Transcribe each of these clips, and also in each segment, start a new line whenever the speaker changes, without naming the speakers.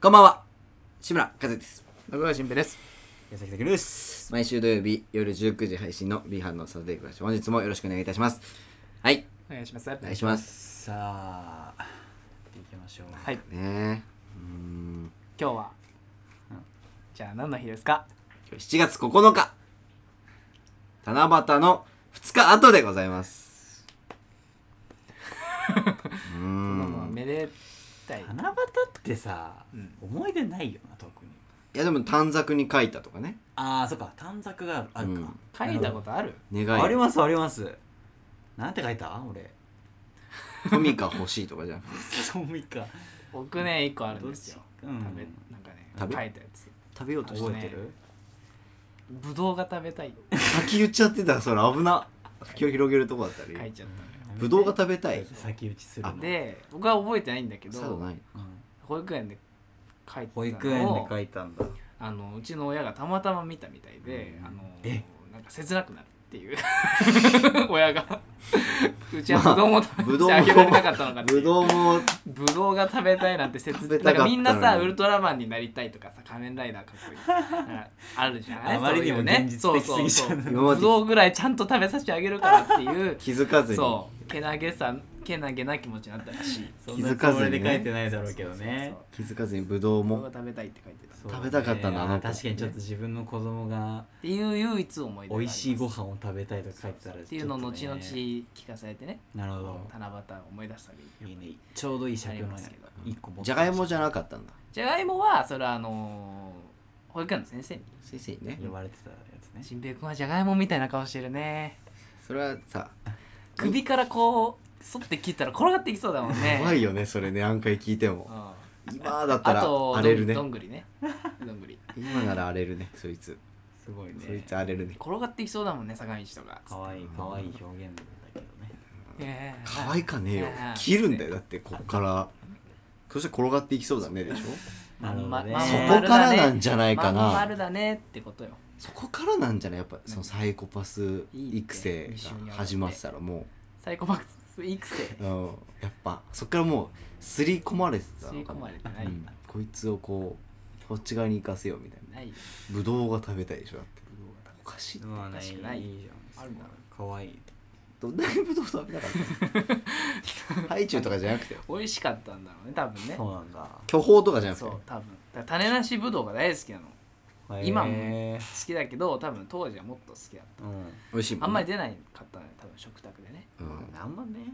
こんばんは。志村和也です。
中川新平です。
矢崎拓です。
毎週土曜日夜19時配信の B 班のサタデークラッシュ。本日もよろしくお願いいたします。はい。
お願いします。
お願いします。
さあ、やっていきましょう。
はい、
ねえ。うーん。
今日は、じゃあ何の日ですか
今日7月9日。七夕の2日後でございます。うー
まあ
ん。
めでたい。
七夕ってさ、
うん
思い出ないよな、特に。
いやでも短冊に書いたとかね。
ああ、そっか、短冊があるあるか、
うん
書いたことある
願
あり
い。
ます、あります。なんて書いた俺。
トミカ欲しいとかじゃん。
そうみか。
僕ね、一個あるんですよ。
どっちうん
食べ、なんかね、書
食
い
べ
たやつ。
食べようとして
覚
覚
え
え
て
て
る
る
ぶどうが食べたい。
先言っちゃってたそれ危な。気を広げるとこだった
書い
り。
ちゃっ
ぶどうが食べたい。
先打ちする
た
の
の。、で、僕は覚えてないんだけ
さあ
ど
な、い。
うん
保育園で書いてたのを
保育園で書いたんだ。
あの、うちの親がたまたま見たみたいで、
うん
あの
え、
なんか切なくなるっていう。 親が。うちはぶどうも食べてあげられなかったのかって
ぶ
いう。
どうも
ぶどうが食べたいなんて説
食べたか
な
った
ん
の
か
に
みんなさウルトラマンになりたいとかさ仮面ライダーかっこいいなんかあるじゃない
あまりにも
そういう
現実的すぎちゃ
そ
う
うそう
今ま
そう
で
ぶどうぐらいちゃんと食べさせてあげるからっていう
気づかずに。
そうけなげさけなげな気持ちになったらしい
そ
気
んな
づか
つ
ず
も
にね
りで書いてないだろうけどね。
気づかずにぶどう
ぶどうが
も
食べたいって書いてたっ
そう
食べたかったんだあの子
確かにちょっと自分の子供が
ていう唯一思い出があ
美
りま
味
す
しいご飯を食べたいとか書いてたら、
っていうのを後々
ちょっとね
聞かされてね
なるほど。
七夕を思い出すたびに
いいね。ちょうどいい尺
あり
の
ますけど
一個持ってました
じゃがいもじゃなかったんだ
じゃがいもはそれはあのー保育園の先生に
先生にね
呼ばれてたやつね。
新平君はじゃがいもみたいな顔してるね
それはさ
首からこう反って切ったら転がっていきそうだもんね
怖いよねそれね何回聞いて
う
も
ん
今だった
あ
ら
と
荒れるね
どんどんぐりねどんぐり
今なら荒れるねそいつ
すごい
そい
ね
つ。荒れるね
転がっていきそうだもんね坂道とか
かわいい、かわいい表現だけどね。
ええ
可愛かねえよ
うん
切るんだよだってこっからそして転がっていきそうだねでしょ
なるほどね
まん
そ
ま
こからなんじゃないか
まん
な
丸だねってことよ
そこからなんじゃないやっぱそのサイコパス
いいって
育成が始まってたらも
サイコパス育成
ううんやっぱそっからもう刷り込まれてた
吸
の
い
か
込
も
まれてな
う
い
んこいつをこうこっち側に行かせようみ たいな
ないよ
ぶどうが食べたいでしょだって おかしい
まあね、いい
確
じ
かに
ゃん。
あるだろ
かわいい。
どんだけぶどう食べたかったのハイチュウとかじゃなくて
美味しかったんだろうね多分ね
そうなんだ。
巨峰とかじゃなく
そ
て
う多分だから種なしぶどうが大好きなの好今も
へえ
きだけど多分当時はもっと好きだっ
う
美味しいもん、
たあんまり出ないかったのよ多分食卓でね
うん
ん。あんまね。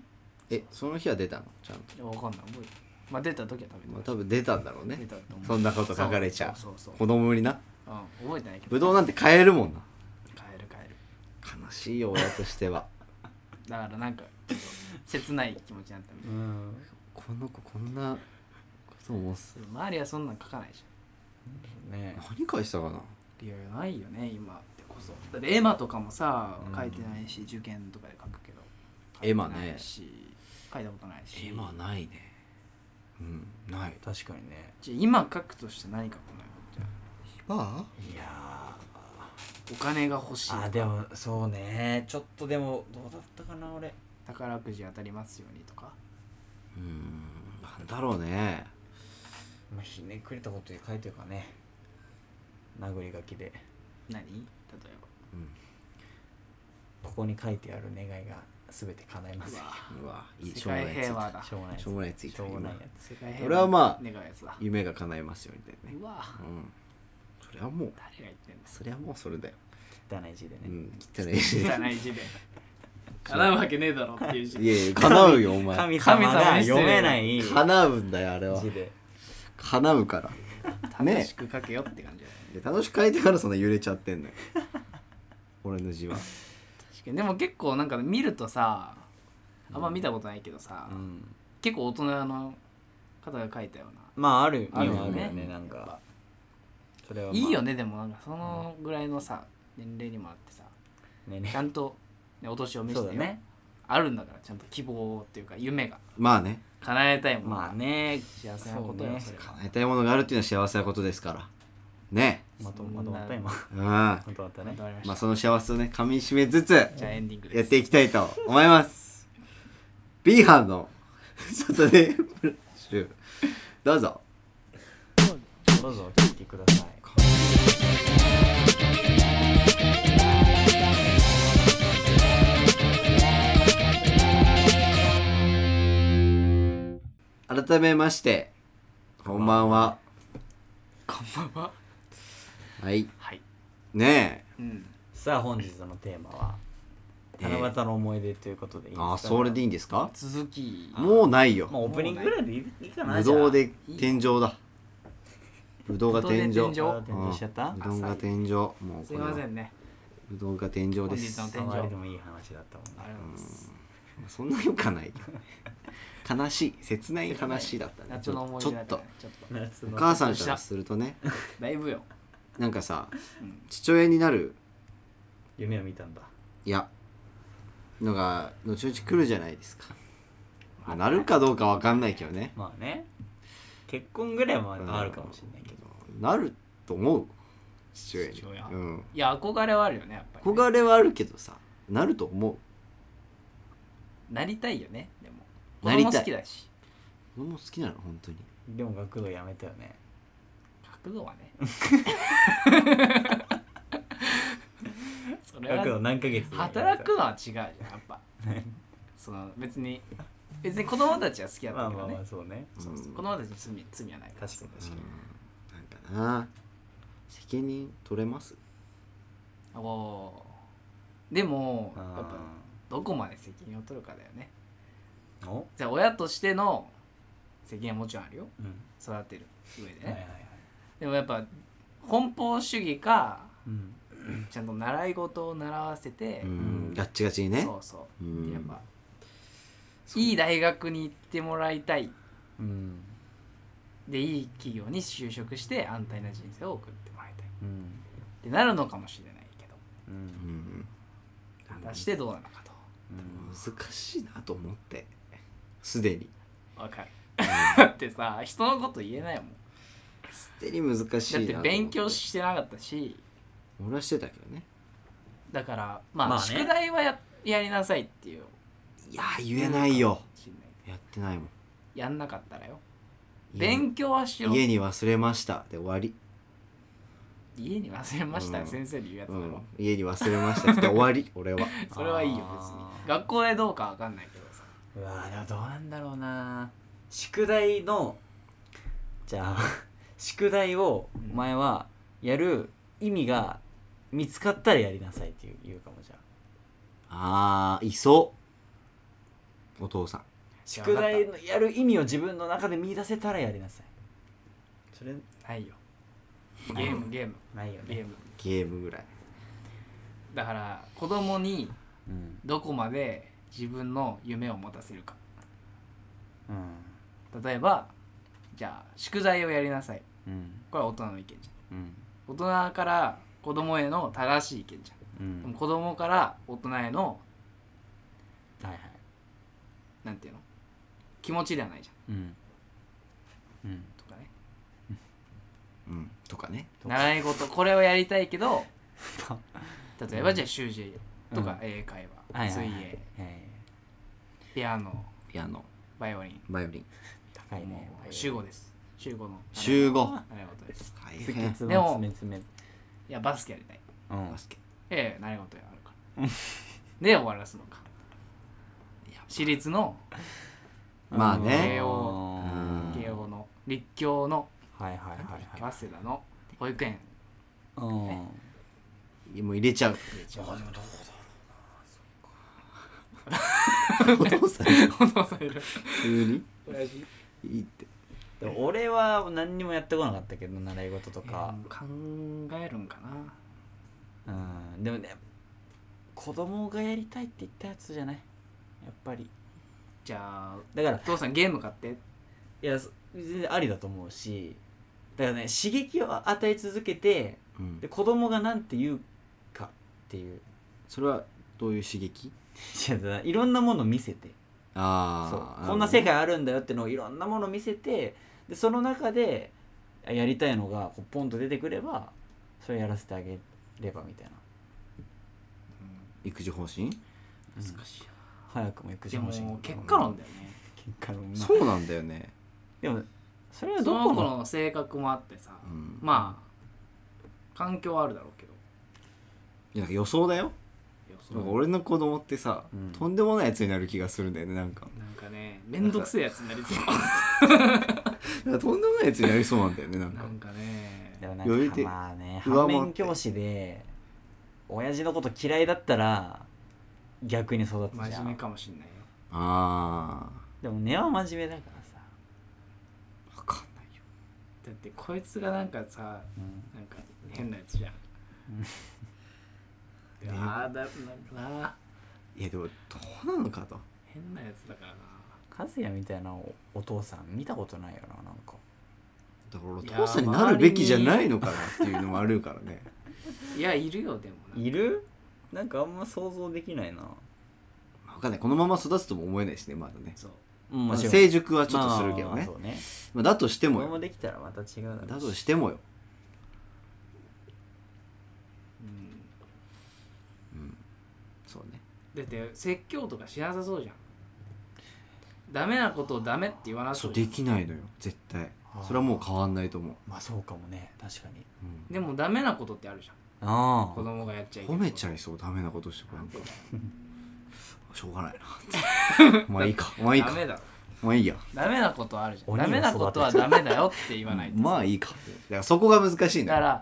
えその日は出たのちゃんと、
いやわかんない覚えてまあ出た時は食べて
まあ、
まし
多分出たんだろう
た出
ね
たと思う
そんなこと書かれちゃう
そうそうそう
子供にな
うん、覚えてないけど
ぶどうなんて買えるもんな
変える変える
悲しいよ親としては
だからなんかちょっと切ない気持ちになったみた
う
い
ん。
この子こんなこと思うっす
な周りはそんなん書かないじ
ね。
何返したかな
ゃんいやないよね今ってこそだって絵馬とかもさ
うん
書いてないし、受験とかで書くけど
絵馬ね
書いてないし書いたことないし
えまあないねうんない
確かにね。
じゃあ今書くとして何書くのよじゃあ
まあ
いやー。
お金が欲しい
あでもそうねちょっとでもどうだったかな俺
宝くじ当たりますようにとか
うんなんだろうね
まあひねくれたことで書いてるかね殴り書きで
何例え
うん
ここに書いてある願いが全て叶いま
ば
す
う
うわ
わいい
世界平和だ
しょうもないやつ
しょうもないやつい
しょうもないやつ
世界平和
俺はまあ
願うやつだ
夢が叶いますよみたいなね
うわ
うんそれはもう
誰が言ってんです
それはもうそれだよ
汚い字でね、
うん汚いしい
汚い字で叶うわけねえだろっていう字
やいや叶うよお前
神様
神様
が
に失礼
読めない字
叶うんだよあれは
で
叶うから
楽しく書けよって感じだよ
で
ね
楽しく書いてからそんな揺れちゃってんのよ俺の字は
確かにでも結構なんか見るとさあんま見たことないけどさ、
うん
結構大人の方が書いたような
まああるにはあ
あ
る
る
よ
よ
ね
ね
なんかそれは、まあ、
いいよねでもなんかそのぐらいのさ年齢にもあってさ
ね
ち
ね
ゃんと、ね、お年を召し
そう
て
だ
よ、
ね
あるんだからちゃんと希望っていうか夢が
まあね
叶えたいもん、
まあね
幸せなことよ
そうね
それは
叶えたいものがあるっていうのは幸せなことですからね
まとまとまった今
うんま
まとまった
ま
ね
とまりました
あその幸せをねかみしめつつや
じゃあエンディングです
っていきたいと思います B 班のサタデーフラッシュどうぞ
そう
どうぞお聞きください
改めましてこんばんは
こんばんは
はい
はい
ね
うん
さあ本日のテーマは
えー
七夕の思い出ということでいい
え
ですか
あそれでいいんですか
続き
もうないよ
まあオープニングぐらいでいいいいかな
ぶ
じゃあ
どうで天井だぶどうが天井
ぶどうで天井
あー転
うん
倒しちゃった
うどんが天井もうこ
すい
れ
ま
は
せんね
うどんが天井です
本日
あまりでもいい話だったもん
あり
ね
がとうございます
そんなよかないけど悲しい切ない話だったねち
夏の
ょ
思い
ちょ
出だ
っ
から
と
ねちょっと
夏
お
の
母さんからするとね
だいぶよ
なんかさ
うん
父親になる
夢を見たんだ
いやのが後々来るじゃないですか、まあなるかどうかわかんないけどね
まあね結婚ぐらいはあるかもしれないけど
なると思う父親に
父親
うん、
いや憧れはあるよねやっぱりね
憧れはあるけどさなると思う
なりたいよねでも
なりたい
俺も好きだし
俺も好きなの本当に
でも学童やめたよね
角度は ねそれ
学
は
童何ヶ月でやめた
働くのは違うじゃんやっぱその別に別に子供たちは好きだっ
ま
た
あ
け
ま
ど
あ
ね
まあそうね
そうそう
うん
子供たちに罪罪はないから
確かに確
う
か
ん
に
なんかな責任取れます
おーでもやっぱ
う
どこまで責任を取るかだよね
んお
じゃあ親としての責任はもちろんあるよ
うん
育てる上で
はいはい
ね
はい
でもやっぱ奔放主義か
うん
ちゃんと習い事を習わせて
う、ん
ん
ガッチガチにね
そうそうう、
ん
やっぱいい大学に行ってもらいたい
うん
でいい企業に就職して安泰な人生を送ってもらいたいっ
うん
てなるのかもしれないけど
う
うんん
果たしてどうなのかと
難しいなと思ってすでに
わかるだ ってさ人のこと言えないもん
すでに難しいなと
だっ
思
て勉強してなかったし
俺はしてたけどね
だからまあ、
まあね
宿題はややりなさいっていう
いやー言えないよ
しんない
やってないもん
やんなかったらよ
家に
勉強はしろ
家に忘れましたで終わり、
家に忘れました、
うん
先生に言うやつ
う
だろ、
ん、家に忘れましたで終わ り俺は
それはいいよ別に
あー
学校でどうかわかんないけどさ
うわーでもどうなんだろうな宿題のじゃあ 宿題を
うん
お前はやる意味が見つかったらやりなさいっていう言うかもじゃあ
ああいそうお父さん
宿題のやる意味を自分の中で見出せたらやりなさいそれ
ないよゲームゲーム
ないよ
ゲ
ね
ーム
ゲームぐらい
だから子供に
うん、
どこまで自分の夢を持たせるか
うん
例えばじゃあ宿題をやりなさい
うん
これは大人の意見じ
うん
ゃん大人から子供への正しい意見じゃ
う
んで
ん
も子供から大人への
はいはい
なんていうの気持ちではないじゃん
うんうん
とかね
うんとかね
とか
習い事これをやりたいけ ど例えばじゃあ習字とか英会
はい
話
はい
水
はい
泳
はい
ピアノ
ピアノ
バイオリン
バイオリン
高いね
もう週5です週5の
週5
習い事です
大
つ
変
つ
でも
まつめつめ
いやバスケやりたい
うん
バスケ
ええ習い事やある からで終わらすのか私立の
まあ
慶
ね
応
うん
慶応の立教の
はいはいはい
早
はい
稲田の保育 園
うん
もう入れちゃう
入れちゃう
もどう
お父さん
お父さんいる
急に
親父
いいって
だろう俺は何にもやってこなかったけど習い事と
えー
か、
考えるんかな
うんでもね子供がやりたいって言ったやつじゃないやっぱり
じゃあ
だから
お父さんゲーム買って
いやそ全然ありだと思うしだからね刺激を与え続けて
うん
で子供がなんて言うかっていう
それはどういう刺激
いやだからいろんなものを見せて
あ
そう
あ
こんな世界あるんだよってのをいろんなものを見せてでその中であやりたいのがこうポンと出てくればそれやらせてあげればみたいな、
育児方針
難しいな
早くも育児
で
方針
も結果論だよね
結果論まあ
そうなんだよね
でもそれは
そ
ど
の
こ
子
の
の性格もあってさ、
うん
まあ環境はあるだろうけど
いやなんか予想だよ
いやそ
なんか
の
俺の子供ってさ、
うん
とんでもないやつになる気がするんだよねなんか
なんかねめんどくせえやつになりそう
なんかとんでもないやつになりそうなんだよねなん
な
か
んかね
でも
よ
なん
り
か
て
まあね
上
反
回って
面教師で親父のこと嫌いだったら逆に育つじゃ
真面目
ん
かもしんないよ
あ
でも根は真面目だからさ、
あ分かんないよ
だってこいつがなんかさ
うん
なんか変なやつじゃんいやーだなんかない
やでもどうなのかと
変なやつだからな
和也みたいなおお父さん見たことないよななんか
だから俺
い
お
や
父さんになるべきじゃないのかなっていうのもあるからね
いやいるよでもなんか
いるなんかあんま想像できないな
まあ分かんないこのまま育つとも思えないしねまだね、
そう
まあ、
もちろん
成熟はちょっとするけど
まあ
ね
そうね
まあ、だとして
子
も
供
よ
できたらまた違うだろう
だとしてもよ
うん
そうね
だって説教とかしなさそうじゃんダメなことをダメって言わな
そ
そううじゃ
で
ん
きないのよ絶対
あー
それはもう変わんないと思う、
まあそうかもね確かに
うん
でもダメなことってあるじゃん
あ
子供がやっちゃいけ
褒
な
め
い
ちゃいそうダメなことしてこなんか
う
しょうがないなって まあいいかまあいい
ダ
か
メだろ
まあいいや
ダメなことあるじゃん
鬼を
ダメ
育てる
なことはダメだよって言わないと
まあいいかだからそこが難しいん
だか
だよ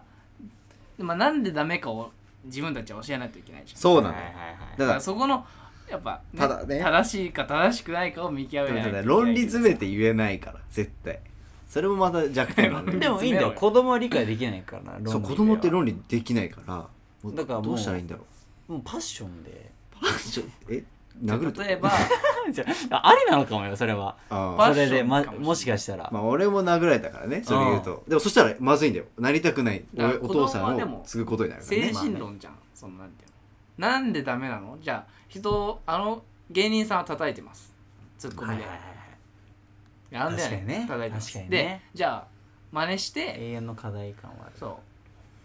ら、まあ、なんでダメかを自分たちは教えないといけないじゃん
そう
そ
なのよ
だ
だ
か
からら
そこのやっぱ、
ただね
正しいか正しくないかを見極めないとい
だか
けない
ら論理詰めて言えないから絶対それもまた弱点なの
で
よ
もいいん
見つ
だよ
めろよ
子供は理解できないからな論理
そう
では
子供って論理できないからもう
だからもう
どうしたらいいんだ ろう
もうパッションで
ちょえ殴るってこと
例えば
じゃあありなのかもよそれは
あ
パ
ー
ッ
そ
ション
れで、ま、
かもしれない
もしかしたら、
まあ俺も殴られたからねそれ言うとでもそしたらまずいんだよなりたくない
だから
おお父さ
子供はで
ん
も
を継ぐことになるからね
精神論じゃん、そのなんていうのなんでダメなのじゃあ人をあの芸人さんは叩いてますツッコ
は
ミ
い
で、
はいはい
なんでや
確かにね
叩いてます
確かにね
でじゃあ真似して
永遠の課題感はある
そ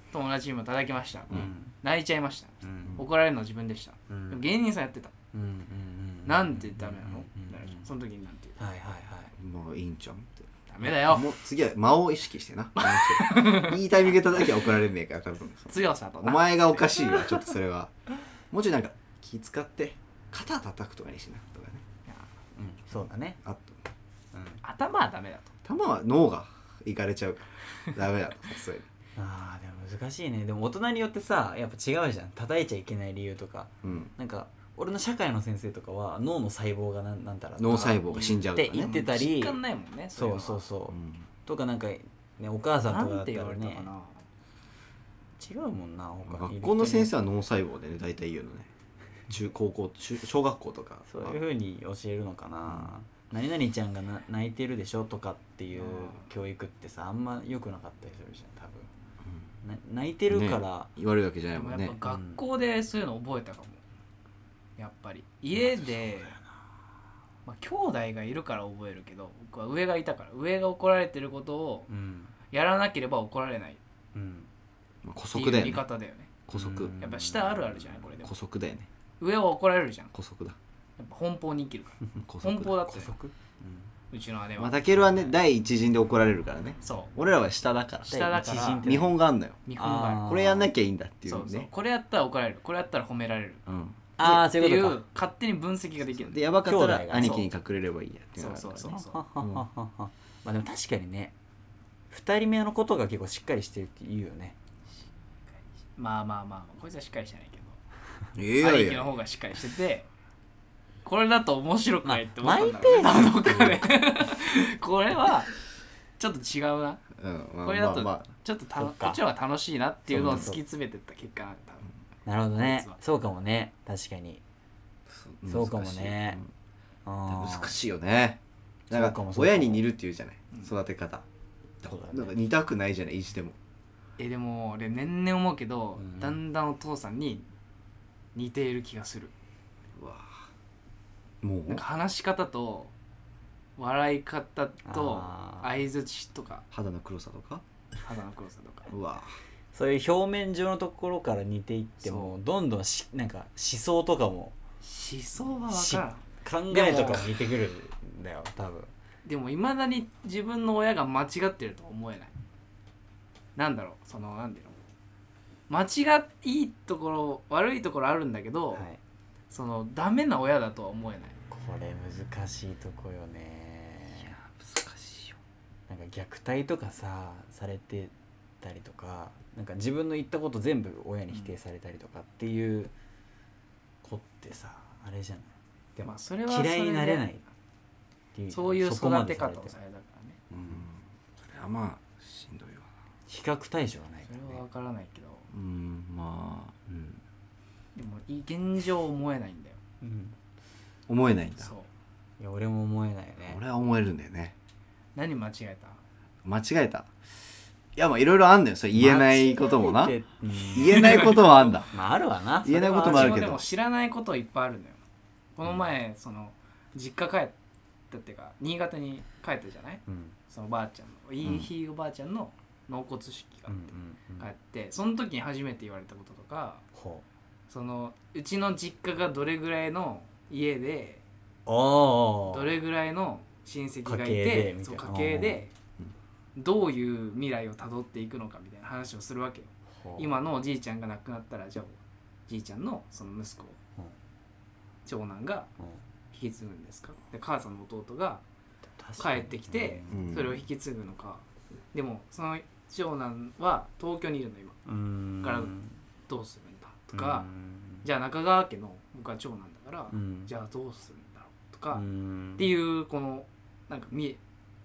う友達にも叩きました、
うん
泣いちゃいました
うん
怒られるの自分でした、
うん
でも芸人さんやってた、
うんうんうんうん
なんでダメなの、
うんうんうん
その時になんて言う
はいはいはい
まあいいんちゃうんって
ダメだよ
もう次は間を意識してな いいタイミングで叩きは怒られねえから多分
強さと
お
な
前がおかしいよちょっとそれはもうちょいなんか気使って肩叩くとかにしなとかね
いや
うんそうだね
あと
うん
頭はダメだと
球は脳がいかれちゃうからダメだとさすがに
あーでも難しいねでも大人によってさやっぱ違うじゃん叩いちゃいけない理由とか
うん
なんか俺の社会の先生とかは脳の細胞がなんなんたらとか
脳細胞が死んじゃうとか
って言っ
ね
てたり
実感ないもんね
そうそ
そ
うそうう、
ん
とかなんか、ね、お母
うい
さ
うの
ん
は
とか
な
だ
ん
ってた
言わ
ら
れた
ね
かな
違うもんな他
学校の先生
は
は脳細胞でね大体言うのね中高校中小学校とか
そういうふうに教えるのかな、何々ちゃんがな泣いてるでしょとかっていう教育ってさあんま良くなかったりするじゃん多
うん
分な泣いてるから、
言われるわけじゃない
で
も
も
ん
や
ね
っぱ学校でそういうの覚えたかも、やっぱり家で、まあ、兄弟がいるから覚えるけど僕は上がいたから上が怒られてることを
うん
やらなければ怒られないっ
うん
まあ、姑
ていう
息だよ
言い
ね
方だよね
姑息
うん
やっぱ下あるあるじゃないこれでも
姑息だよね
上は怒られるじゃんや
姑息だ
っぱ奔放に生きるから
うん姑
奔
息
放
だ
だっ
姑
たよ
息、
うちの姉
まあ
は
たけるはね第一陣で怒られるからね
そう
俺らは下だから
下だか
知人
ら
って
見本があんのよ
見本がある
あー
これやんなきゃいいんだっていう
そ
ね
うそうこれやったら怒られるこれやったら褒められる
うん、
ああ
って
そういうことか
いう勝手に分析ができる
でやばかった
兄弟
ら
が
兄貴に隠れればいいやっていうのがある
そう
からね
そうそう
はははははまあでも確かにね2人目のことが結構しっかりしてるって言うよね
まあまあまあまあこいつはしっかりしてないけど
いやい
兄貴の
や
方がしっかりしててこれだと面白くないって思
まあ
ったんだろうね どっかでこれはちょっと違うな
うんまあ
これだと
まあまあ
ちょっとた
そ
の
っ
こ
か
っちの方が楽しいなっていうのを
そう
突
そうそう
き詰めてった結果なんだ
なるほどね
実は
そうかもね確かに
うん
そうかもね
難
難
しいうん難
い
しいよねなん
そう
か
かもそうかも
親に似るって言うじゃない
うん
育て方
そうだね
なんか似たくないじゃない意地でも
多分えでも俺年々思うけど、
うん
だんだんお父さんに似ている気がする
うわもう
なんか話し方と笑い方と
あー
相づちとか
肌の黒さとか
肌の黒さとか
うわ
そういう表面上のところから似ていってもどんどんしなんか思想とかも
思想は分からん
考えとかも似てくるんだよ多分
でもいまだに自分の親が間違ってるとは思えないなんだろうそのなんていうの間違いいところ悪いところあるんだけど、
はい、
そのダメな親だとは思えない
これ難しいとこよね
難しいよ
なんか虐待とかさされてたりとかなんか自分の言ったこと全部親に否定されたりとかっていう子ってさあれじゃないでも
まあそれはそ
嫌
で
いになれないっていう
そういう育
そこまで
て
され
方
て
をされたからね
それはまあしんどいわ
比較対象がない
そ
から
れは
ね
分からないけど
うんまあ、うん、
でもい現状思えないんだよ
うん
思えないんだ
そう
いや俺も思えないね
俺は思えるんだよね
何間違えた
間違えたいやまあいろいろあんのよそれ言えないこともな
間違えてうん
言えないこともあ んだ
まああるわな
言えないこともあるけど
でも知らないこといっぱいあるのよこの前その実家帰ったっていうか新潟に帰ったじゃない
うん
そのばあちゃんのいいひいおばあちゃんの納骨式が
う
あっ
んうん
て
う
帰っ
ん
てその時に初めて言われたこととか
ほう
そのうちの実家がどれぐらいの家で
おー
どれぐらいの親戚がい
家系で
て
みた
そ
いう
家
な
系で
うん
どういう未来をたどっていくのかみたいな話をするわけよ
ほう
今のおじいちゃんが亡くなったらじゃあじいちゃんのその息子
うん
長男が
うん
引き継ぐんですかで母さんの弟が
確
帰
かに
ってきて
うん
それを引き継ぐのか、でもその長男は東京にいるの今
うん
からどうするんだとか、じゃあ中川家の僕は長男だから、じ
ゃ
ゃあどうするんだろうと
あ
か、っ
って
いうこのなんか見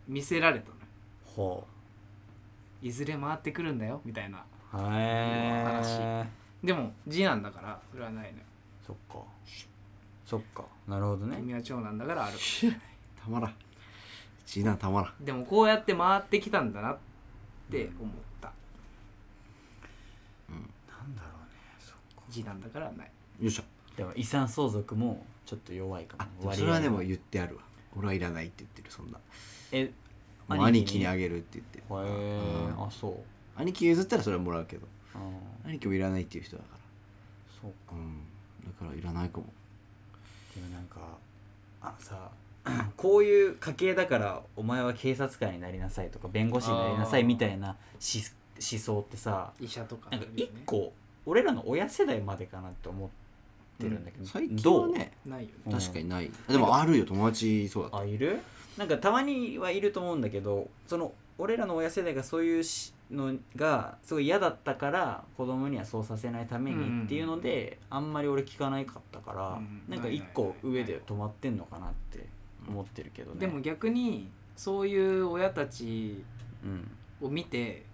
見せられたのよ
ほ
いずれ回ってくるんだよみたいな
うへえ
でも次男だからそれはないのよ
そっかそっかなるほどね
君は長男だからある
たまらん次男たまらん
でもこうやって回ってきたんだなって思った
なんだろうねそっか
次男だからはない
よいしょ
でも遺産相続もちょっと弱いか
あで
も
もそれは
割
で
合
も言ってあるわ俺はいらないって言ってるそんな
え
もう兄貴にあげるって言って
へえあそう
兄貴譲ったらそれはもらうけど
あー
兄貴もいらないっていう人だか
そう
らうんだからいらないかも
でもなんかあのさ こういう家系だからお前は警察官になりなさいとか弁護士になりなさいみたいなし思想ってさ
医者とか
なんか
より
一
ね
個俺らの親世代までかなって思ってるんだけど、
最近はね
ないよね
どう
確かにない、でもあるよ友達そうだっ
ど
た
うあいるなんかたまにはいると思うんだけどその俺らの親世代がそういうしのがすごい嫌だったから子供にはそうさせないため
うん
にっていうので、あんまり俺聞かないかったから、
うん
なんか一個上で止まってんのかなって思ってるけどね
でも逆にそういう親たち
うん
を見て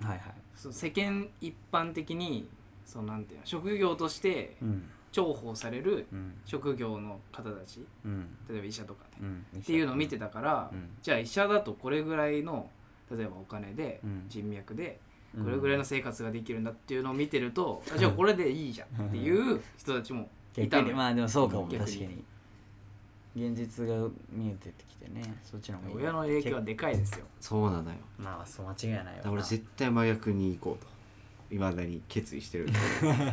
はいはい、
その世間一般的にそのなんていうの職業として
うん
重宝される
うん
職業の方たち
うん
例えば医者とかね、
うん、
っていうのを見てたから、
うん
じゃあ医者だとこれぐらいの例えばお金で、
うん
人脈で
うん
これぐらいの生活ができるんだっていうのを見てると、あじゃあこれでいいじゃんっていう人たちもいた
逆
の
に
よ
まあでもそうかも確
逆
か
に
に現実が見えてきてねそっちの方がいい
親の影響は
結
でかいですよ
そうなのよ
構まあそう間違いない
だ
よ
から
な
俺絶対真逆に行こうといまだに決意してる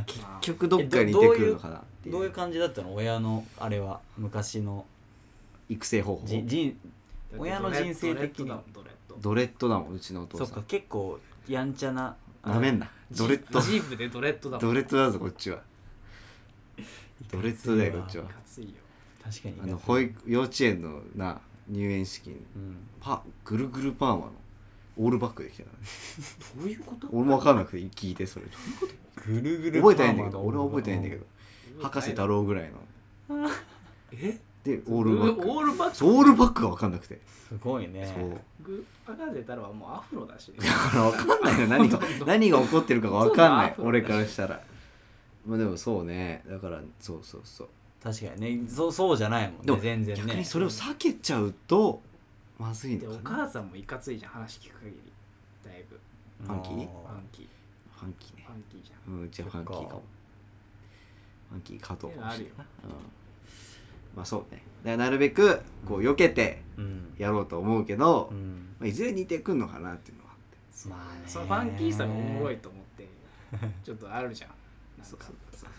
結
まあ
局どっかに出てくるのかなっていう
どういう感じだったの親のあれは昔の
育成方法
じ人親の人生
ドレッ
的
ド
に
だもんドレッド
ドレッドだもんうちのお
そ
父
っ
さ
か
ん
結構やんちゃな
なめんなドレッド
ジープでドレッドだもん
ドレッドだぞこっちはドレッドだよこっちはい
かついよ
確かに
あの保育幼稚園のな入園式に
うん
パぐるぐるパーマのオールバックできたからね
どういうこと
俺も分かんなくて聞いてそれ
ぐるぐる
覚えてないんだけど俺は覚えてないんだけど博士太
ろ
郎ぐらいの
え
でオ
オ
ールバック
オールバック
そうオールバックが分かんなくて
すごいね
そう
グ博士太郎はもうアフロだしね
だから分かんないの何 が何が起こってるかが分かんない俺からしたらまあでもそうねだからそうそうそう
確かにねそうそうじゃないもん
で
ね
も
全然ね
逆にそれを避けちゃうとまずい
で
の
お
かな
母さんもいかついじゃん話聞く限りだいぶ
ファンキー
ファンキー
ファンキーね
ファンキーじゃん
うんうちはファンキーかも
そっか
ファンキー加藤かもしれないう
あ
んまあそうねだからなるべくこう避けて
うん
やろうと思うけど、
うん
まあ、いずれ似てくんのかなっていうのはあって
まあね
そのファンキーさがおもろいと思ってちょっとあるじゃんなんか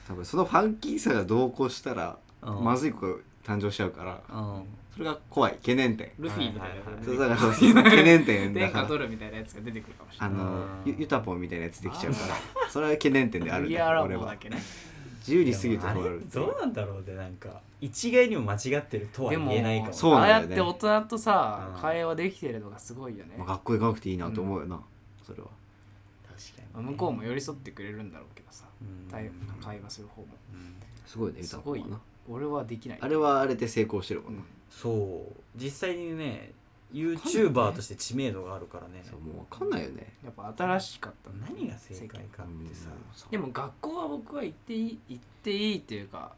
多分そのファンキーさが同行したら
うん
まずい子が誕生しちゃうから
うん
それが怖い懸念点
ルフィみたいなやつ
はいはいはい
が出てく
そうだからそう
る
そう懸念点だ
天
か
下
ら
取るみたいなやつが出てくるかもしれ
あ
ない
の
うん
ゆゆたぽんみたいなやつできちゃうからそれは懸念点である
ギ
ね
アラ
俺
ボだ
は
けね
自由に過ぎるとこ
でも
ろ
あ
あ
れ
る
どうなんだろうでなんか一概にも間違ってるとは
でも
言えないかも
そう
あ
なん
あ
だ
や
よ
っ
ね
て大人とさ
うん
会話できてるのがすごいよね
まあ、学校行かなくていいなと思うよな、それは
確
ま
か
あ
に
向こうも寄り添ってくれるんだろうけどさ
うん
対会話する方も
うん
すごいねゆ
す
たぽ
ご
ん
い
はな
俺はできない
あれはあれで成功してるも
うん
な、
ん
そう実際にね YouTuber として知名度があるからね
そうもう分かんないよね
やっぱ新しかったね
何が正解かってさ
うんそう
でも学校は僕は行っていい行っていいっていうか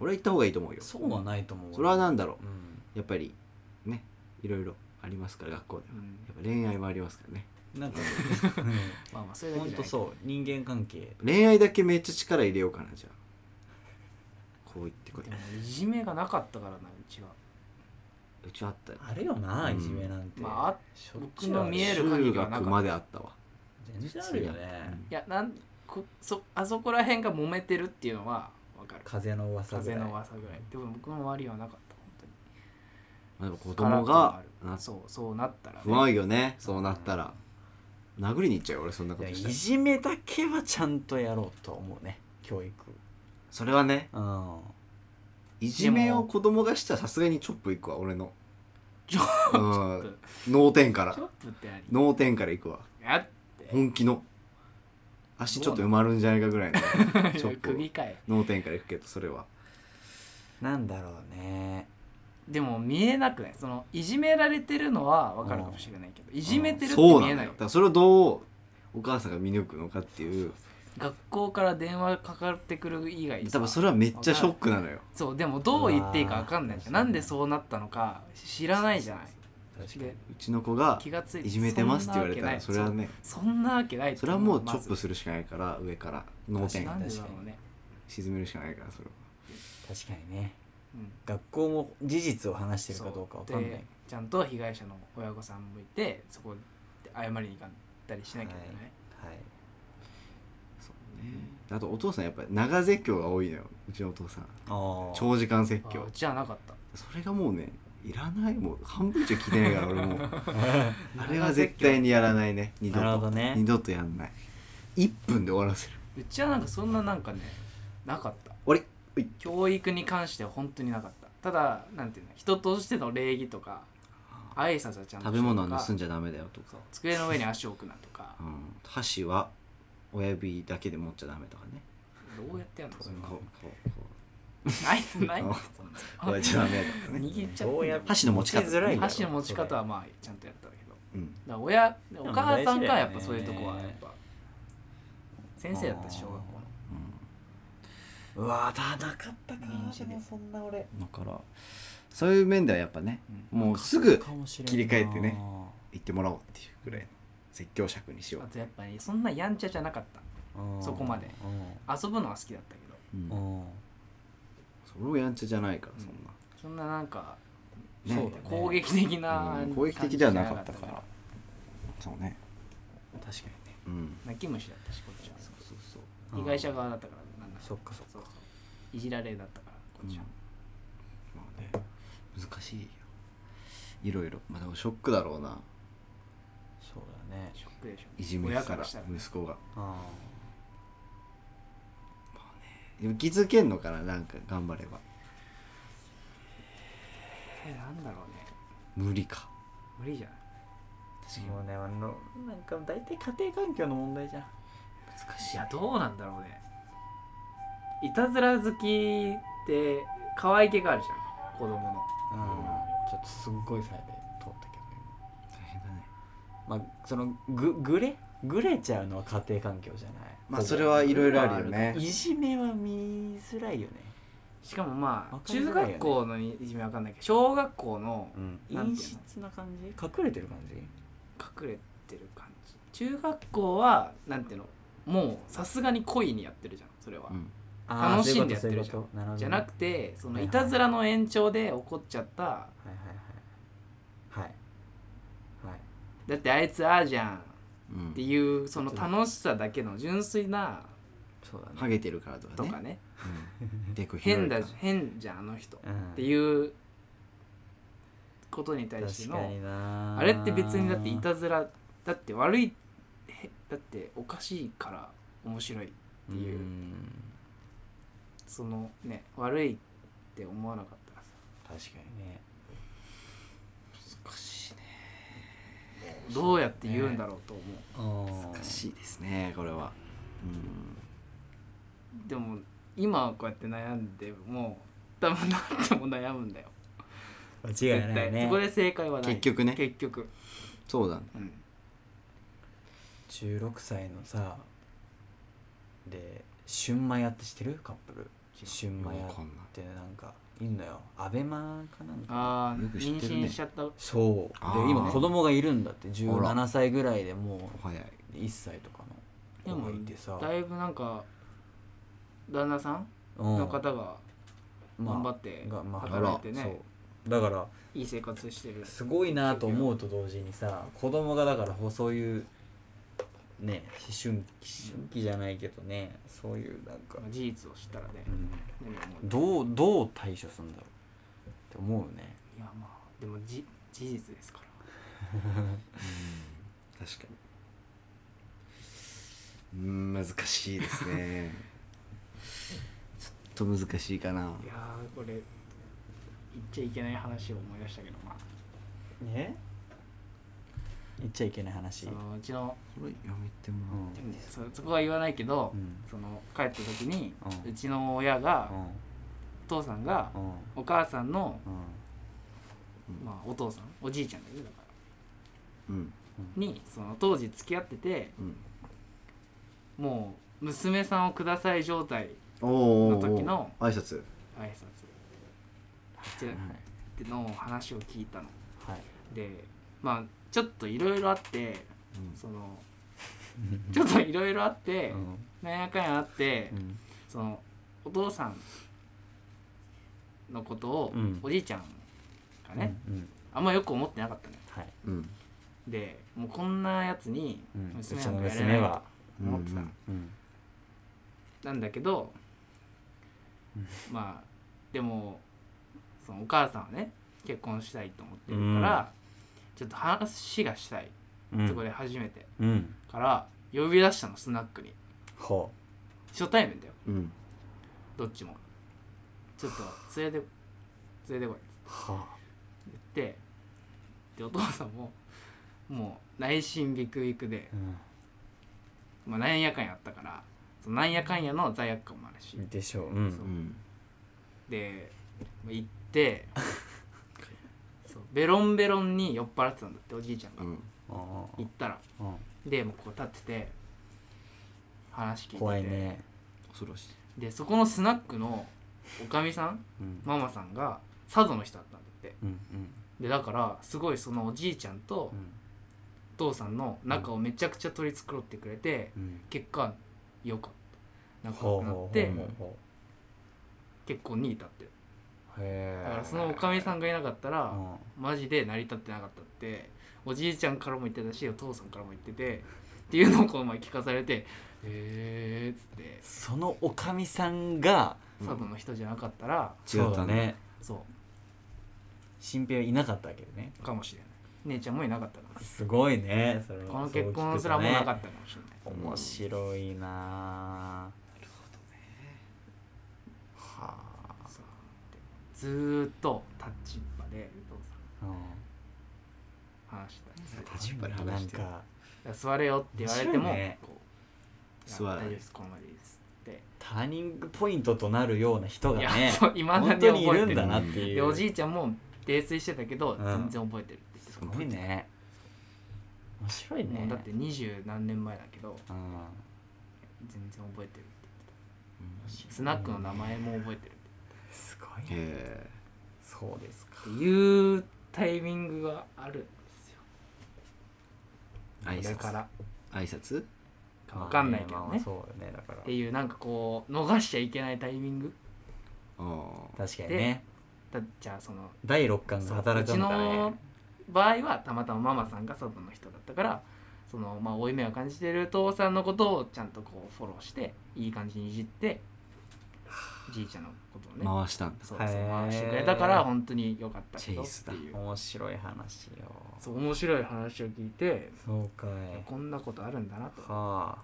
俺は行った方がいいと思うよ
そうはないと思う
それはなんだろう
うん
やっぱりねいろいろありますから学校で
う
は
ん
やっぱ恋愛もありますからね
なんか
まあまあそれだけ
本
じゃ
当
ない
そう人間関係
恋愛だけめっちゃ力入れようかなじゃあこう言ってこ
で
れ
もいじめがなかったからなうちは
うちはあったよ
あれよな
うん
いじめなんて
まああ
しょっちゅうあ
僕の見える限りはなかった
中学まであったわ
全然あるよね
うん
いやなんこそあそこら辺が揉めてるっていうのはわかる
風の噂ぐ
風
らい
の噂ぐらいでも僕の周りはなかった本当に
まあ、でも子
カ
供
ラッとも
が
ある
な
そうそうなったらね、
不安よねそうなったら殴りに行っちゃうよ俺そんなこと
いやい
したら
じめだけはちゃんとやろうと思うね教育
それはね
うん
いじめを子供がしたらさすがにチョップ行くわ俺の
チョ
ッ
プ
脳天から
チョップって何
脳天から行くわ
やっ
本気の足ちょっと埋まるんじゃないかぐらいのチョップを
釘かい
脳天から行くけどそれは
なんだろうね
でも見えなくないそのいじめられてるのはわかるかもしれないけどいじめてるって
そう
見
な
え
ん
な
だ
い
よだからそれをどうお母さんが見抜くのかっていう
学校から電話かかってくる以外さ
多分それはめっちゃショックなのよ
そうでもどう言っていいかわかんないじゃん
うわー
なんでそうななんでそうなったのか知らないじゃない
確
で
うちの子が
気がついて
いじめてますって言われたらそ
そ
れは
んなわけない
ね
そんなわけない
それはもうチョ
ま
ップ
ず
するしかないから上から脳天
なんでだろうね、
沈めるしかないからそれは
確かにね
うん、
学校も事実を話してるかどうかわかんない
でちゃんと被害者の親御さんもいてそこで謝りに行かったりしなきゃいけない、
はい
そうねあとお父さんやっぱり長絶叫が多いのようちのお父さん
ああ
長時間説
あ
教
うちはなかった
それがもうねいらないもう半分以上聞いてないから俺もう あれは絶対にやらないね二度と
なるほどね
二度とやんない1分で終わらせる
うちはなんかそんななんかねなかった
俺
教育に関しては本当になかったただなんていうの人としての礼儀とか挨拶はちゃんと
食べ物は盗んじ
じ
ゃダメだよとか
そう机の上に足を置くなとか
うん、箸は親指だけで持っちゃダメとかね
どうやってやるのそれは
こうこう
ないない
こ
そんな
こうやっちゃダメとかね、
握っちゃ
どうや
っ
って
箸の持ち方
持ちづらいんだろう
箸の持ち方はまあちゃんとやったんだけど
うん、
だから親お
も
母さんがやっ
大事だよ
ぱ
ね
そういうとこはやっぱ先生だったし小学校の
うわーだなかったか
認知で
でもそ んな俺
だからそういう面ではやっぱね、もうすぐ
かもしれんな
切り替えてね行ってもらおうっていうぐらいの説教尺にしよ
あ
う、
とやっぱりそんなやんちゃじゃなかっ
うん
そこまでた遊ぶのは好きだったけど
うん
うんうん
それもやんちゃじゃないから
うん
そんな、
そんななんか
ね
そうだね
攻撃的な、
うん攻撃的ではなかったからそうね
確かにね
うん
泣き虫だったしこっちは
そうそうそう
被害者側だったからなんだ
そっかそっか
そうそういじられだったからこっちは、
まあね難しいよいろいろまあでもショックだろうな
そうだね
ショックでしょ
いじめ
親
し
か
たら
らしたら
息子が
あ
でも気づけんのかななんか頑張れば
えなんだろうね
無理か
無理じゃない
確
もうねあのなんか大体家庭環境の問題じゃん
難しい
いやどうなんだろうねいたずら好きって可愛げがあるじゃん子供の
うんちょっとすっごい最で通ったけど
大変だね
今まあそのぐぐれぐれちゃうのは家庭環境じゃない
まあそれはいろいろあるよね
いじめは見づらいよね
しかもま
わ
あ
かり
中
づらいよね
学校のいじめわかんないけど小学校の
うん
なんていうの
陰湿な感じ隠れてる感じ
隠れてる感じ中学校はなんていうのもうさすがに恋にやってるじゃんそれは、
うん
あー
楽しんでやってるじゃん
そういうことそういうこと
じゃなくてその
はいはい
いたずらの延長で怒っちゃった
はいはいはいはいはい
だってあいつああじゃん
うん
っていうその楽しさだけの純粋な
そうだね
ハゲてるからとか
と
ね
かね
うんでこう広
変
いから
だじ変じゃんあの人っ
うん
ていうことに対して
確か
の
にな
あれって別にだっていたずらだって悪いへだっておかしいから面白い
て
いうそのね悪いって思わなかったらさ
確かにね
難しいね
どうやって言うんだろうと思う、
難しいですねこれはうん
でも今はこうやって悩んでも多分何でも悩むんだよ
間違いない
そこ
ね
で正解はない
結局ね
結局、
そうだね
うん、
16歳のさで春マヤって知ってるカップル春マヤっ
わかんない
てなんかいんのよアベマかなんか
ああ、
よく知
妊
ってるね
娠しちゃった
そう
あ
で
ー
今子供がいるんだって
あ
17
ら
歳ぐらいでも
お早いう
1歳とか
で
の子
も
がいてさ
だいぶなんか旦那さん
うん
の方が頑張って
がまあ
働いてね、
そうだから
いい生活してる
すごいなと思うと同時にさ子供がだからそういうね思春期思春期じゃないけどねそういうなんか
まあ、事実を知ったらね、
うん
何を思う
どうどう対処するんだろうって思うよね
いやまあでもじ事実ですから
うん確かにうん難しいです ねちょっと難しいかない
やーこれ言っちゃいけない話を思い出したけどまあ
ね言っちゃいけない話
そのうちの
これやめてもらって、
うん
そそこは言わないけど、
うん
その帰った時に、
う
うんちの親が、
うん
お父さんが、
うん
お母さんの、
うん
まあ、お父さんおじいちゃんだよねだから
うん
にその当時付き合ってて
うん
もう娘さんをください状態
おーおーおー
の時の
挨拶
挨拶してっての話を聞いたの
はい
でまあちょっといろいろあって
うん
そのちょっといろいろあって、
うん
なんやかんやあって、
うん
そのお父さんのことを、
うん
おじいちゃんがね、
うん
あんまよく思ってなかったのよ
はい
うん
でもうこんなやつに
うんうち
娘なん
の
かやれ
娘
ない
は
思ってた、
うん
うん
なんだけど、
うん
まあでもそのお母さんはね結婚したいと思ってるから、ちょっと話がしたい、
うん
そこで初めて
うん
から呼び出したのスナックに
ほ
初対面だよ
うん
どっちもちょっと連れて連れてこいっ
うは
て言ってでお父さんももう内心ビクビクで
あ、うん
まあ、なんやかんやあったからそのなんやかんやの罪悪感もあるし、
でしょう、うん
そううんで行って そうベロンベロンに酔っ払ってたんだっておじいちゃんが、
うん
あ
行ったら
あ
でもうこう立ってて話聞いてて
怖いね、
恐ろしい
でそこのスナックのおかみさん
うん
ママさんが佐渡の人だったんだって
うん
でだからすごいそのおじいちゃんと
うん
お父さんの仲をめちゃくちゃ取り繕ってくれて
うん
結果良かった仲良
ほう
くなっ
ほうほう
て
ほうほ
結婚に至ってる
うへ
だ
え
からそのおかみさんがいなかったら、
うん
マジで成り立ってなかったっておじいちゃんからも言ってたしお父さんからも言っててっていうのをこの前聞かされて「えー」っつって
そのおかみさんが
佐渡の人じゃなかったら
違ったね
そうだね
そ
新平はいなかったわけでね
うかもしれない姉ちゃんもいなかったから
すごいねそれは
この結婚すらもなか
っ
ったかもしれない
た面白いななるほどねは
そうでずーっと立ちっぱでお父
あ、
さん話してたんですよだ
立ちっぱで話してる
なんか
から座れよって言われても、
面白いね
こう
座らない
いや大丈夫ですこのままでいいですって
ターニングポイントとなるような人が
いや
ね
そう未だに
本
覚
当
え
にい
てる
るんだなっていう
でおじいちゃんも泥酔してたけど、
うん
全然覚えてるって言ってた
すごいね面白い
も
ね
うだって二十何年前だけど
うん
全然覚えてるって
うん
言ってスナックの名前も覚えてるっ
すごいね
へ
そうですか
ていうタイミングがあるんですよ
え挨
だ
拶
から
挨拶
か分かんないけど
まあ
ね
そうだねだから
っていうなんかこう逃しちゃいけないタイミング
ああ
確かにね
だじゃあその
第六感が働くんだ
うち
ね
の場合はたまたまママさんが外の人だったからそのまあ負い目を感じてる父さんのことをちゃんとこうフォローしていい感じにいじってじいちゃんのことをね、
回したんだ
そうそう
へー
回してくれたから本当に良かったけど
チェ
っ
イス
て
だ
いう
面白い話よ
そう面白い話を聞いて
そうかい
こんなことあるんだなと
は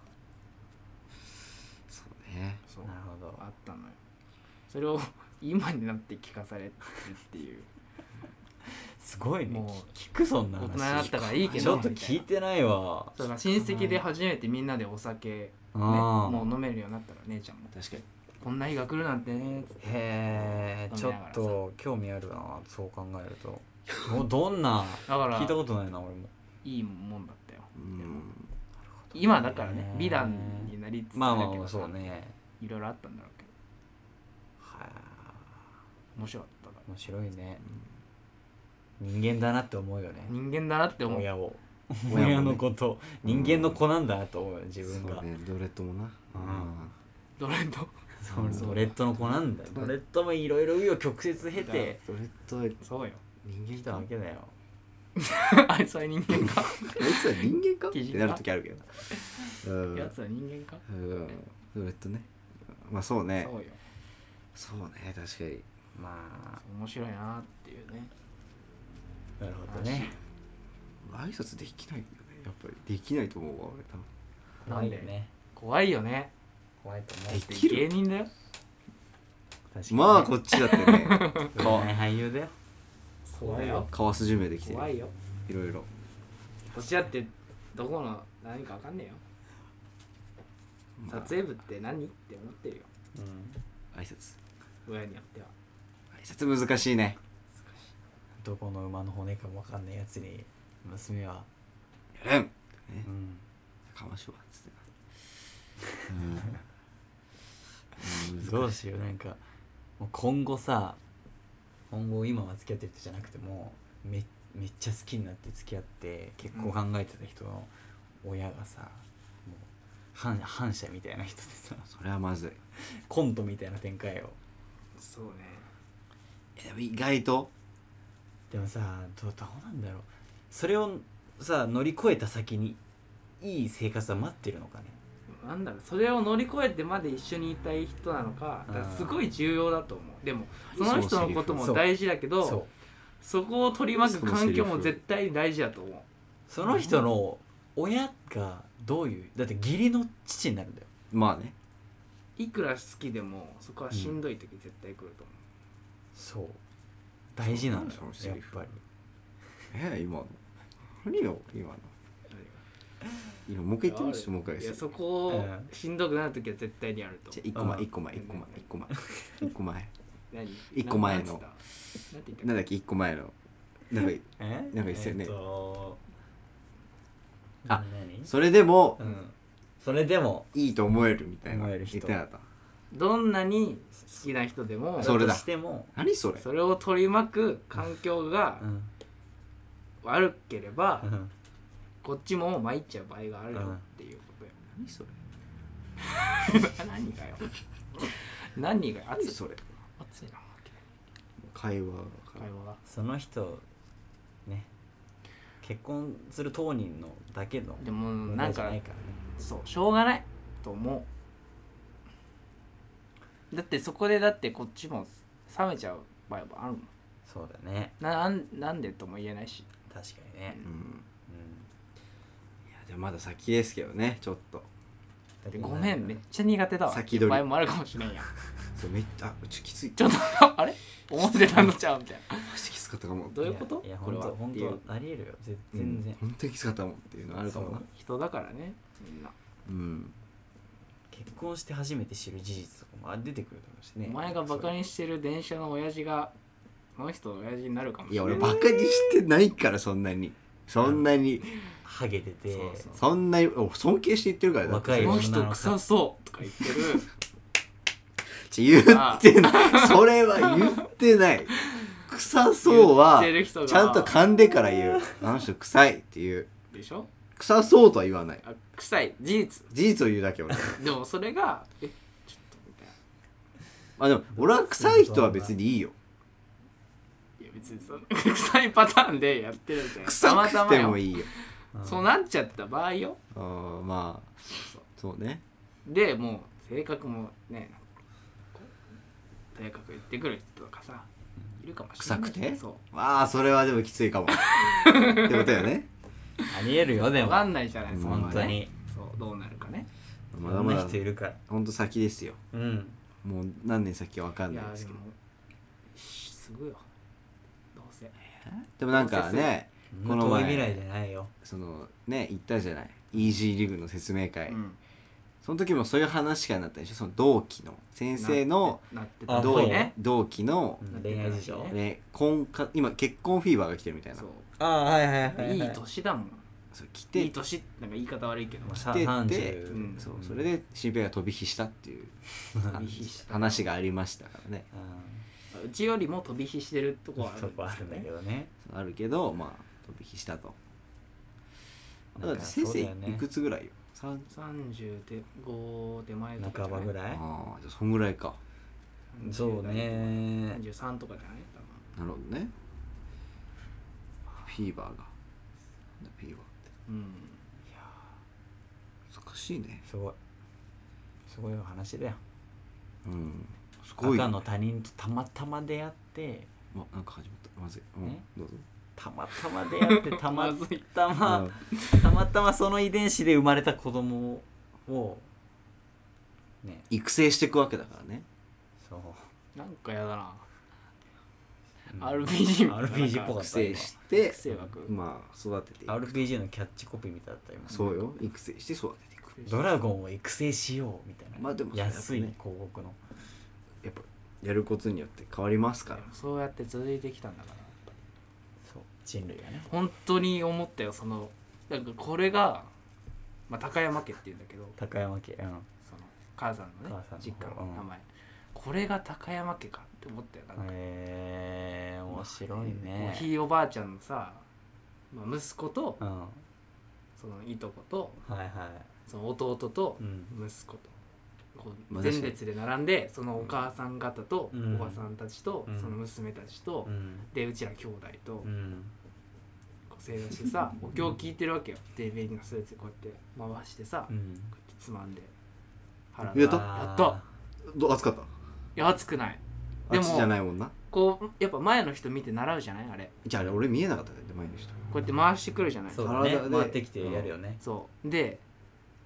そうね
そ
あ
う
なるほど
あったのよそれを 今になって聞かされるっていう
すごいね
もう
聞くそんな
大人
話
になったからいいけど
ちょっと聞いてないわ
そうだ親戚で初めてみんなでお酒、ね、
あー
もう飲めるようになったら姉ちゃんも
確かに
こんな日が来るなんてねつって
へえちょっと興味あるなそう考えるともうどんな
だから
聞いたことないな俺も
いいもんだったよ
うん
今だからね
へー
美談になりつつ
ま
だ
あまあ
け
ま
ど
あ
さ
そうね
いろいろあったんだろうけど
は
面白かったか
い面白いね人間だなって思うよね
ら人間だなって思う
親を
親もね
親のこと人間の子なんだと思うよ自
自
分
分
が
がねドレッドもな
うん
ドレンド
そう
ドレッドの子なんだよドレッドもいろいろ紆余曲折経て
ドレッドは
そうよ
人間
来たわ
か
けだよ
あいつは人間か
あいつは人間 かっ
基準
て
か
なる時あるけどうん
やつは人間か
うんドレッドねまあそうね
そうよ
そうね確かに
ま
面白いなっていうね
あなるほどね
挨拶できないよねやっぱりできないと思うわ俺多分
な
怖
ん
い
で
よね
怖いよね
怖いと思う
で
って
き
芸
る
人だよ
確かに
まあこっちだってね
怖い俳優だよ
怖いよ
かわすじめできてる
怖いよ
いろいろ
こっちだってどこの何かわかんねえよ撮影部って何って思ってるよ
挨拶
親によっては
挨拶難しいね
どこの馬の骨かもわかんないやつに娘は
やれん
うん
かましはつってな うん
どうしようなんかもう今後さ今後今は付き合ってる人じゃなくてもめめっちゃ好きになって付き合って結婚考えてた人の親がさ、もう反反社みたいな人でさ
それはまずい
コントみたいな展開を
そうね
えでも意外と
でもさどどうなんだろうそれをさ乗り越えた先にいい生活は待ってるのかね
なんだろうそれを乗り越えてまで一緒にいたい人なのかだからすごい重要だと思うでもその人のことも大事だけど
そう
そこを取り巻く環境も絶対に大事だと思う
その人の親がどういうだって義理の父になるんだよ
まあね
いくら好きでもそこはしんどい時絶対来ると思
そう大事なのよ
そうなんです
や
よ
っぱり
え今の何よ今の
う、
今もう一回言ってみましょうもう一回
い
で
や
す
そこをしんどくなる時は絶対にあると
じゃあ一個前
うん
一個前一個前一個前一個前
何
一個前の
なんつったなんて言ったっけ
なんだっけ一個前のなんか
え
なんか一緒よね
えっと
あ
何
それでも
うんそれでも
いいと思えるみたいな
思
言
える
って
人
なかった
どんなに好きな人でも
それだ
としても
何それ
それを取り巻く環境が
うん
悪ければ
うん
こっちも参っちゃう場合があるよっていうことよ
何それ
何がよ何がよ
何
熱い
それ
熱いな
会話
会話が
その人ね結婚する当人のだけの
でも
問
なん
題じゃ
か
ないからね
そうしょうがないと思うだってそこでだってこっちも冷めちゃう場合もあるもん
そうだね
ななんなんでとも言えないし
確かにね
うん
うん
いやでもまだ先ですけどねちょっと
だって
ごめんめっ
ね
ちゃ苦手だわ
先取り
場合もあるかもしれんや ん
そうめっちゃあちょっときつい
ちょっとあれ思ってたのちゃうみたいな
マジできつかったかも
どういうこと
いや
これ
本
は
当本
っていう
当ありえるよぜ
うん
全然
本当にきつかったもんっていうのあるかもな
そう
人だからねみんな
うん
結婚して初めて知る事実とかもあ出てくるだろうしね
お前がバカにしてる電車の親父がこの人の親父になるかもし
い
れ
や
ない
俺バカにしてないからそんなにそんなに
ハゲてて
そうそう
そんなにお尊敬して言ってるからだって
若い
こ
よ
の人臭そうとか言ってる
ち言ってないそれは言ってない臭そうは
言ってる人が
ちゃんと噛んでから言うあの人臭いっていう
でしょ
臭そうとは言わない
あ臭い事実
事実を言うだけ俺
でもそれがえちょっとみたいな
あでも俺は臭い人は別にいいよ
いや別にその 臭いパターンでやってるじゃん
臭
たまた
く
ま
て
よ
もいいよ
うん
そうなっちゃった場合よ
あーまあそうね
でもう性格もねこう性格言ってくる人とかさいるかもしれない
臭くて
そう
まあそれはでもきついかもってことよね
ありえるよで
分
も
かんないじゃないですか、
本当
ね
に
そうどうなるかね
ま
い
だ
ろん
ま
な
だ
人いるから
ほんと先ですよ
うん
もう何年先か分かん
い
ない
や
です
で
けど
もすごいよどうせ
でもなんかねこ
こ
の
の
前
前遠い未来じゃないよ
そのね言ったじゃないイージーリグの説明会、
うん
その時もそういう話しかなったでしょその同期の先生の
なって
あ
た
同
そ
同
う
意ね
同期の
う、ん
なって
恋
たらね
愛事情
ね、婚活今結婚フィーバーが来てるみたいな
そ
そう
う
ああはいは
い
い
い年だもん
そう来て
いい年ってなんか言い方悪いけど
まあ
来てて
30
うん
そうそれで新平が飛び火したっていう
飛び火した
話 がありましたからね
う
う
ん
ちよりも飛び火してるとこはあ
と
る
こあるんだけどね
あるけどまあ飛び火したとだ
な
っ
ん
て
か
先
そう
生
だよね
いくつぐらいよ三
35手前とか
半ばぐ
い
らい
ああじゃあそんぐらいか
そうね
33とかじゃない多分
なるほどねフィーバーがなんだフィーバーって
うん
難しいね
すごいすごい話だよ
うんすごい
赤の他人とたまたま出会って
まなんか始まったまずい、うん
ね
どうぞ
たまたま出 会ってたま
まずい
たまたまたまその遺伝子で生まれた子供をね
育成していくわけだからね
そう、
なんかやだな
うん
RPG みたいな
RPG っぽ
育
かった今
成して
育成枠
まあ育てていく
RPG のキャッチコピーみたいだった今
そうよ育成して育てていく
ドラゴンを育成しようみたいな、
まあでも
安い
やっ
広
ぱ
告の
やっぱやることによって変わりますから
そうやって続いてきたんだから
そう人類がね
本当に思ったよそのなんかこれが、まあ、高山家っていうんだけど
高山家うん
その母さんのね
母さんの方
実家
う
の
ん
名前、これが高山家かって思ったよなんか、
へえー、面白い
お
ね
ひいおばあちゃんのさ、まあ、息子と
うんは
そのいとこと
いはい
その弟と
うん
息子と、こう
まあ
前列で並んでそのお母さん方と
うん
おばさんたちと、
うん
その娘たちと、
うん
でうちら兄弟と
うん
こう正座してさ、お経を聞いてるわけよで便利なスーツこうやって回してさ、
う
こ
ん
うやってつまんで腹
やった
あー
やった
ど暑かった
いや熱くないで
あ
も
っちじゃないもんな
こうやっぱ前の人見て習うじゃないあれ
じゃああれ俺見えなかったね前の人
こうやって回してくるじゃない
そうだね
体で
回ってきてやるよね、
そうで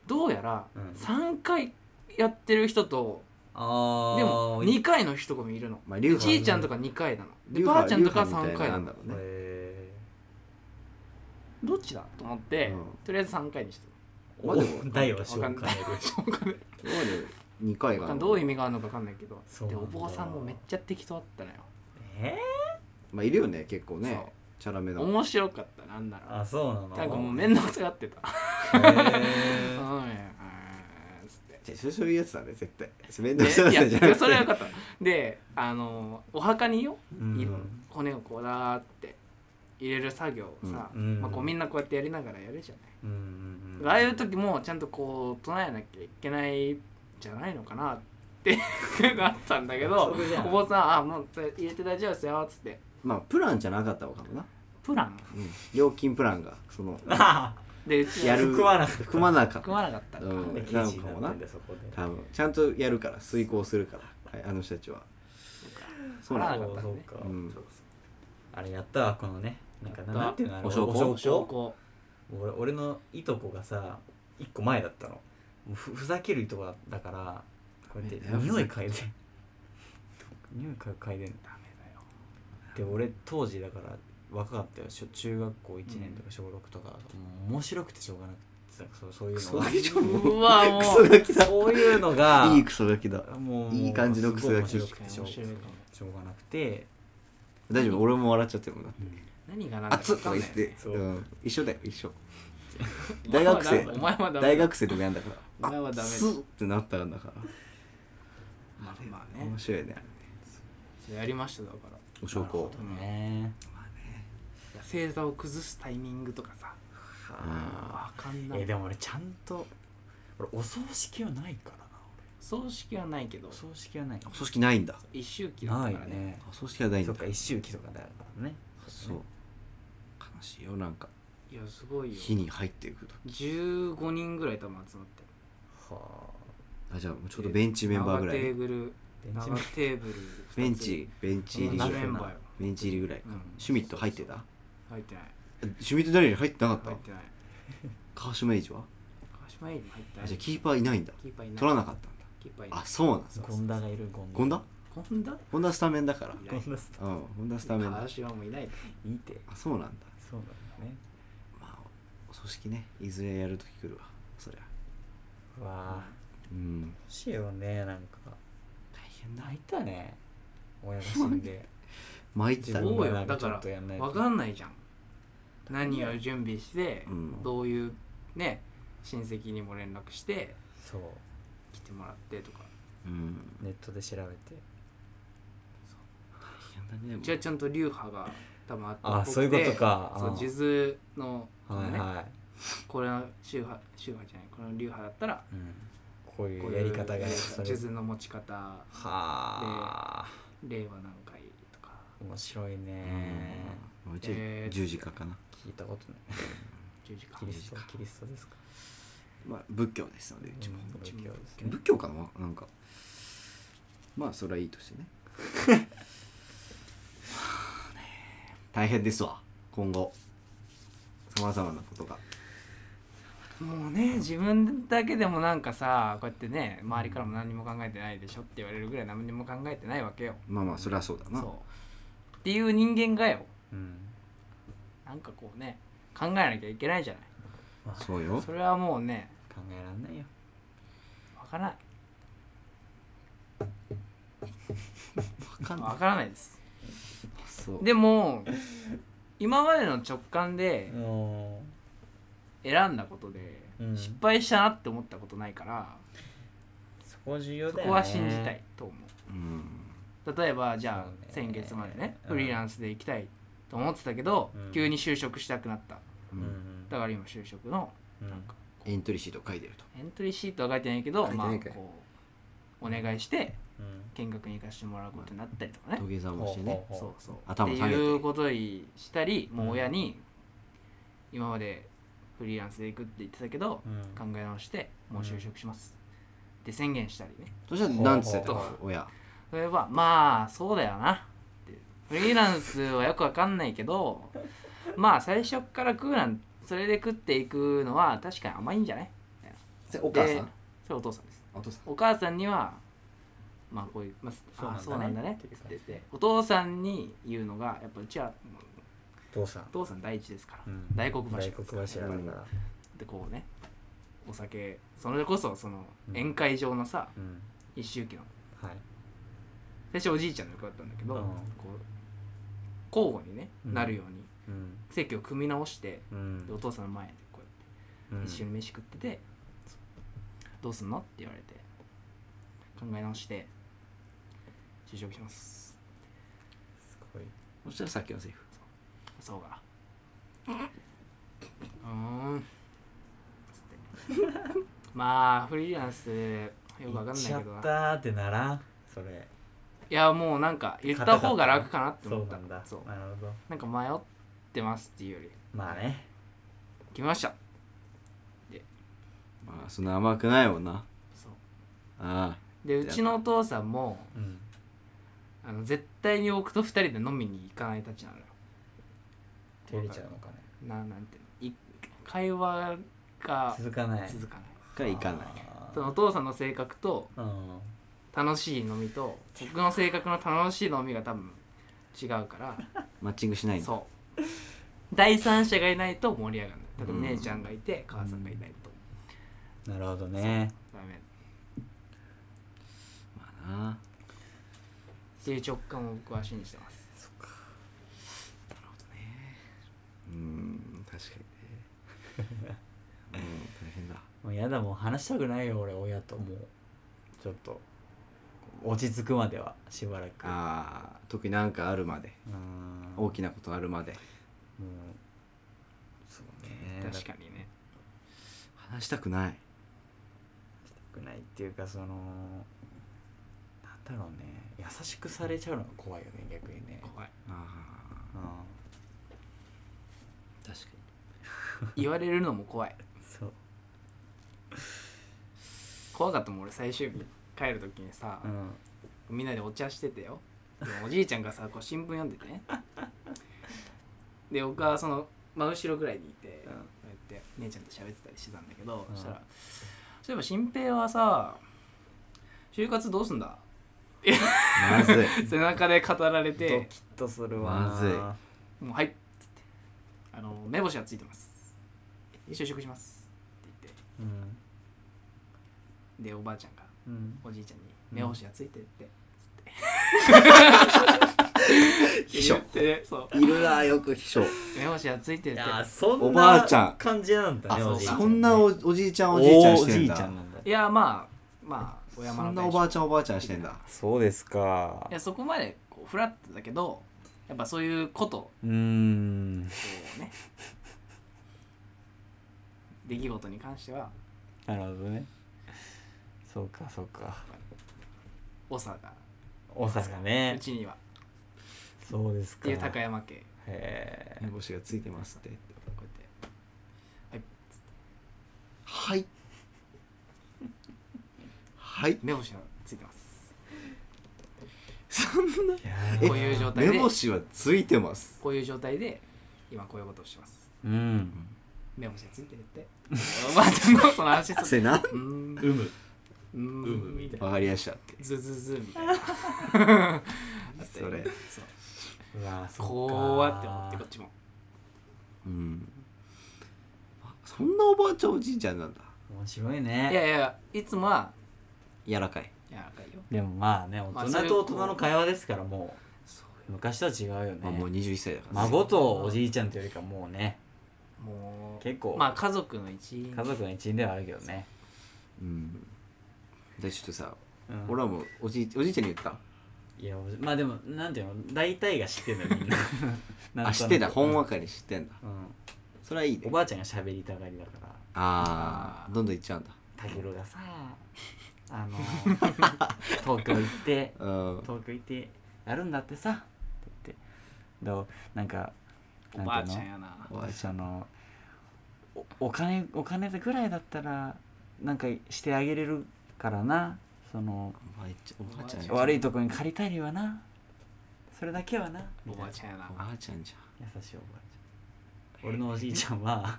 どうやら
うん
3回やってる人と
ああ
でも2回の人がいるの
まあ
で
流
じいちゃんとか2回なので
流
ばあ
派
ちゃんとか
流派
3
みたい
回
な
な
の
の
あんだろうね
え
どっちだと思って
うん
とりあえず3回にして
ー、
まあでも
お大はし
わ
よ
かん
うか
ない
ねる
今まで二回が
どういう意味があるのか分かんないけど
そう
で
なん
お
だ
坊さんもめっちゃ適当だったのよ
え
まあいるよね結構ね
そ
チャラめだ
う面白かったなんな
ー、
ら
あそうなの
なんかもう面倒くさがってた
へ
う
ー
んうんつって
じゃあそれそういうやつだね絶対面倒くさ
で
が
い
ってんじゃな
や
くて
それはよかったであのお墓によ
うん
骨をこうだーって入れる作業をさ、
うんうん
まあ、こうみんなこうやってやりながらやるじゃない、
うんうんうん
ああいう時もちゃんとこう唱えなきゃいけないんじゃないのかなってなったんだけど
約束じゃん
お坊さん「あもうそれ入れて大丈夫ですよ」っつって
まあプランじゃなかったのかもな、
プラン
うん、料金プランがそ の
あ
でうち
やる
含まなかった
含まなかった
組まなかったのか、
うん
ー
なのかもな
記事にってんだよそこで
多分ちゃんとやるから遂行するから、はい、あの人たちはそうな
あ
の
らかったね
そうか
うん
あれやったわこのねなんかななんていうのあれ
お焼香
お
証
焼香
拠
俺俺のいとこがさ一個前だったのもうふふざけるいとこだからこうやって
ダメだよ
匂い嗅いで匂い嗅嗅いでんの
ダメ
で俺当時だから若かったよ小中学校1年とか小6とか、もう面白くてしょうがなくてさそうそういう
ク
の
ソ
が
ガキじゃんも
だよう
う
わ
ク
も
ソ
う
ガキだ
そういうのが
いいクソガキだ
もう
いい感じのクソガキ
すごい面白くてしょう
確かに面白いかも
しょうがなくて、
大丈夫俺も笑っちゃってるもんな
何が何だか
熱っ
分
と
か
か
ん
言
な
っ
い
て、
そう
うん、一緒だよ一緒
お前
大
は
学生
ダメお前はダメ
大学生でもやんだか
お前
ら
はダメ
熱っってなったんだから
まあまあね
面白いね
やりましただから
お証拠
ね
いや星座を崩すタイミングとかさわかんない
えでも俺ちゃんと俺お葬式はないからな
葬式はないけど
俺お葬式はない
お葬式ないんだ
一周期だっ
な
た
い
からね
ね
お葬式はないん
そ
だ
っか一周期とかだからね
そう悲しいよなんか
いやすごい
火
よ
に入っていくと
15人ぐらい多分集まってる
は
あじゃあもうちょっとベンチメンバーぐらい
長テーブル
あ
長テーブル
ベンチベンチ入り
長
ベ
メンバーよ、
ンチ入りぐらい
うん、
シュミット入ってた
入ってない
シュミットダニエル入ってなか
入
っ
ったてない
川島エイジは
川島エイジも入ってな
あ
い
じゃあキーパーいないんだ
キーパーいない
取らなかったんだ
キーパーいない
あそうなんだ
そうそう
ゴンダがいるゴンダ
権田
本田
権田スタメンだから
い
ゴンダスタ
うん権田スタメンだ
川島もいない
いいって
あそうなんだ
そうなんだね
まあお組織ねいずれやるとき来るわそりゃ
うわあ
うん
欲しいよねなんか
大変だ
泣いたね親が死んで
参ったね
そうよ
なん
だか
ちょっとやんな
ら
いと
分かんないじゃん何を準備して、
うん
どういうね親戚にも連絡して
そう
来てもらってとか
うん
ネットで調べて
大変だね
うちはちゃんと流派が多分あったっ
あ
ぽくて
そういうことか
そう
あー
数珠の
は
ね、
いは
これの宗派宗派じゃないこの流派だったら
い、うん、こうい
こ
う
う
やり方が
いう
それ
数珠の持ち方
はあ
令和何回とか
面白いね
うんもうちょい
えー
十字架かな
聞いたことない
十字架
キリストキリストですか
まあ仏教ですのでうちも
うん
ちも
仏教ですね
仏教かななんかまあそれはいいとしてねまあね大変ですわ今後さまざまなことが
もうね自分だけでもなんかさこうやってね周りからも何も考えてないでしょって言われるぐらい何にも考えてないわけよ、
まあまあそれはそうだな
そうっていう人間がよ
うん
なんかこうね考えなきゃいけないじゃない
まあ
そうよ
それはもうね
考えらんないよ
わからない
分かんない
わからないです
そう
でも今までの直感で
うん
選んだことで
うん
失敗したなって思ったことないから、
そこ重要
そ
だよね
こは信じたいと思
う
う
ん
例えばじゃあ
そう
先
ね
月までね
うん
フリーランスで行きたいと思ってたけど、
うん
急に就職したくなった
うん
うん
だから今就職の
うん
なんか
エントリーシート書いてると
エントリーシートは書いてないけど
書いて
ま
な
あ
いかい
こうお願いして
うん
見学に行かせてもらうことになったりとかね
土、下座もして
ほ
ね
うほ
そう
ほ
そう
頭下げて
っていうことにしたりもう親
うん
に今までフリーランスで行くって言ってたけど、
うん
考え直してもう就職します、って宣言したりね
そしたら何つってた
ほうほう
親
それはまあそうだよなってフリーランスはよくわかんないけどまあ最初っから食うなんそれで食っていくのは確かに甘いんじゃない
それお母
で
さん
それお父さんです
お父さん
お母さんにはまあこういう、まあ、あ
そ
そうう
な
なんん
だ
だ
ね
ねって言っててお父さんに言うのがやっぱうちは
父さん
お父さん第一ですから、
うん
大黒柱
大黒柱だから
でこうねお酒それこそその
うん
宴会場のさ
うん
一周忌の
はい
最初おじいちゃんの役だったんだけど、
うん
こう交互にね、
うん
なるように
うん
席を組み直して
うん
でお父さんの前でこうや
うん
って一緒に飯食ってて「どうすんの?」って言われて考え直して就職します
すごい
そしたらさっきのセーフ
そうがうーんつって まあフリーランスよくわかんないけ
行っ
ど
ちゃ
な
ったーってならんそれ
いやもうなんか言った方が楽かなって
そ
思
う
った
なんだ
そう
なるほど
なんか迷ってますっていうより
まあね
決めました
まあそんな甘くないもんな
そう
あ
でうちのお父さんも
うん
あの絶対に僕と二人で飲みに行かないたちなのよ
照れちゃうのかね
ななんていうのい会話が
続かない
続かない
あから行かない
あー
そのお父さんの性格と
うん
楽しい飲みと僕の性格の楽しい飲みが多分違うから
マッチングしないんだ
そう第三者がいないと盛り上がらない例え
うん
ば姉ちゃんがいて母さんがいないと
なるほどね
ダメっ
まあな
ていう直感を僕は信じてます
うん確かにねうん大変だ
もうやだもう話したくないよ俺親ともうちょっと落ち着くまではしばらく
ああ特になんかあるまで
うん
大きなことあるまで
もうそうね
確かにね
話したくない
したくないっていうかそのなんだろうね優しくされちゃうのが怖いよね逆にね
怖い
ああ
うん
確か
言われるのも怖い
そう
怖かったもん俺最終日帰る時にさ、
うん
みんなでお茶しててよでもおじいちゃんがさこう新聞読んでてねで僕はその真後ろぐらいにいて、
うん
こうやって姉ちゃんと喋ってたりしてたんだけど、
うん
そしたら「そういえば新平はさ就活どうすんだ?」いや
まずい
背中で語られ
ドキッ
て
とするわ
まずい
「もうはい」っつって「あの目星はついてます就職します」って言っ
うん
てでおばあちゃんが
うん
おじいちゃんに「目星はついてるって」
秘書
言ってそう
いるなよく秘書
目星はついてる
い
って
やそんな
おばあちゃん
感じなんだね
あ
おじいちゃ
そ
ん
そんなおおじいちゃんお
お
じいちゃん
お
して
じ
ん
いちゃ
だ
んなんだ
いやまあまあお
そ
山の
んな
大
お
将
ばあちゃんおばあちゃんしてんだ
そうですか
いやそこまでこうフラットだけどやっぱそういうことこ
うーん
うね出来事に関しては
なるほどねそうかそうか
長が
おさが
う
ね
ちにはっ
そうですか
ていう高山家こ
へえ
目星がついてますって
うやって
はいはい
目星がついてます
そんない
や
こういう状態で
目星はついてます
こういう状態で今こういうことをしてます
うん
目星がついてるって おばあちゃんのその話す
せな
うーんう
うむ
ーん
うむみたい
わかりやしたって
ズズズみたいな
それ
そう
うわそっか
怖って思ってこっちも
うんそんなおばあちゃんおじいちゃんなんだ
面白い
いや
ね
いやいつもは
柔らかい
柔らかいよ
でもまあね
まあ
大人と大人の会話ですからも
そう
う昔とは違うよ
まあもう
ね
21歳だからね
孫とおじいちゃんというよりかもうね
もう
結構
まあ家族の一員
家族の一員ではあるけどね
うんでちょっとさ
うん
俺はもうおじいおじいちゃんに言った
いやおじまあでもなんていうの大体が知ってんだよみ んななんとなく
あ知ってんだほんわ
う
かに知ってんだ
うん
それはいいね
おばあちゃんが喋りたがりだから
ああどんどん行っちゃうんだ
タケルがさ あの東京行って
うん
東京行ってやるんだってさって言ってどうなんか
おばあちゃ
なん
ん
ていう
やな
おばあ
の
ちゃ
そ
ん
のおお金お金ぐらいだったらなんかしてあげれるからなその
おばあちゃんおばあちゃんじゃん
悪いとこに借りたりはなそれだけはな
おばあ
ゃん
ちゃんやな
おばあちゃんじゃん
優しいおばあちゃん俺のおじいちゃんは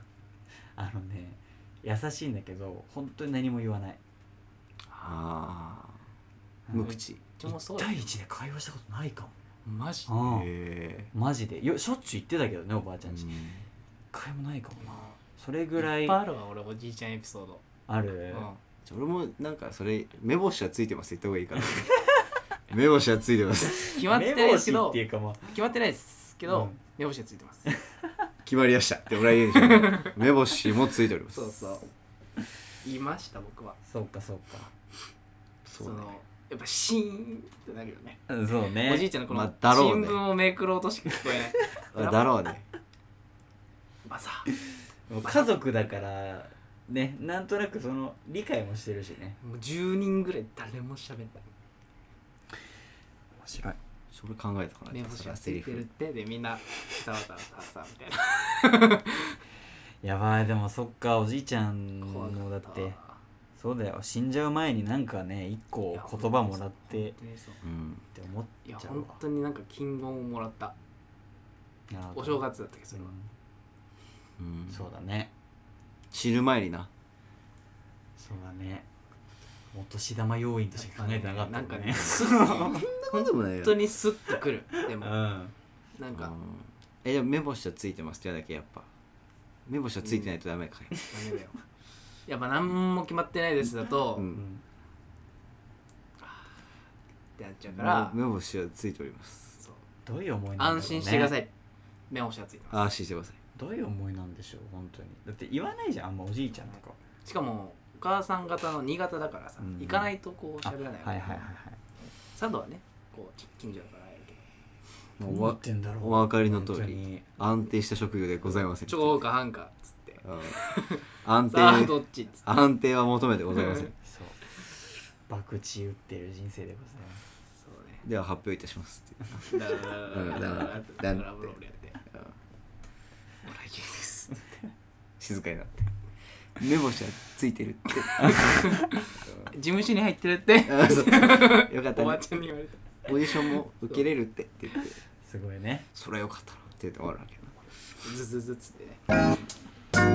あのね優しいんだけど本当に何も言わない
ああ無口
うちもそう
1
よ
対1で会話したことないか
マジで
も、うん
へ
マジでよしょっちゅう言ってたけどねおばあち
え
ゃんち、一回もないかもな
ぐ
それぐら
い
い
っぱいあるわ俺おじいちゃんエピソード
ある、
俺もなんかそれ目星はついてますって言った方がいいから、目星はついてます
決まってないですけ
目星
ど
っていうかまあ
決まってないですけ
う
ど
ん
目星がついてます
決まりやしたって俺は言うでしょうね目星もついております
そうそう言いました僕は
そうかそうか
そ
そう
ね
のやっぱシーンってなるよね
うんそうね
おじいちゃんのこの
まあ
新
だろうね
聞をめくろうとしか聞こ えない
あだろうね
まあさ
もう家族だからねなんとなくその理解もしてるしね
もう10人ぐらい誰も喋んない
面白い
それ考えたから
目星がついてるってでみんなざわざわざわざわみたいな
やばいでもそっかおじいちゃん
怖か
のだ
った
ってそうだよ死んじゃう前になんかね一個言葉もらってっ
いや本当にそう
うん
て思っ
いや
ちゃうわ
本当になんか金言をもらった
なるほど
お正月だったけどそれは
う
うん
んそうだね
死ぬ前にな
そうだねお年玉要員としか考えてなかった
なんかね
そんなこともないよ
本当にスッとくるで
う
も
ん
なん
う
か
んえでも目星はついてますって言わなきゃやっぱ目星はついてないとダメかい、
ダメだよやっぱ何も決まってないですだと、
う
っ
ん
てなっちゃうから、
目星はついております
そう
どういう思いなんだろうね
安心してください目星がついてま
安心してください
どういう思いなんでしょう本当にだって言わないじゃんあんまおじいちゃんとか
すしかもお母さん方の新潟だからさ、
うん
行かないとこう喋らない、
はいはいはいはい
佐渡はねこう近所だから会えるけど
も
どう
う
思
わ
ってんだろう
お分かりの通
本当
り
に
安定した職業でございません
超か半かっつって
うん安
さあ
定
どっちっつって
安定は求めてございません
そう博打打ってる人生でございます
そうね
では発表いたしますって
だからだからだからだからブロールやって
うん
オライケです
静かになって目星はついてる って
事務所に入ってるって
あそうよかった
おば
ね
あちゃんに言われた
オーディションも受けれるってって言って
すごいね
それはよかったなって言って終わるわけよ
ズズズつってね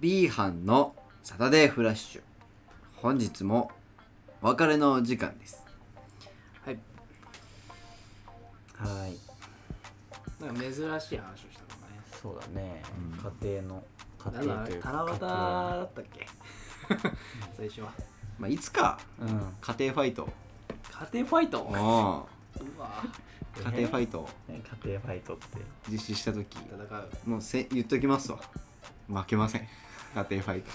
ビーハンのサタデーフラッシュ本日もお別れの時間です
はい
はい
なんか珍しい話をしたのかね
そうだね、
う
家庭の家
なん
庭
だ
という
七夕だったっけ最初は
まあいつか
家庭うん
家庭ファイト
家庭ファイト
うん
うわ
家庭ファイトを
ね家庭ファイトって
実施した時
戦う
もうせ言っときますわ負けません家庭ファイ ト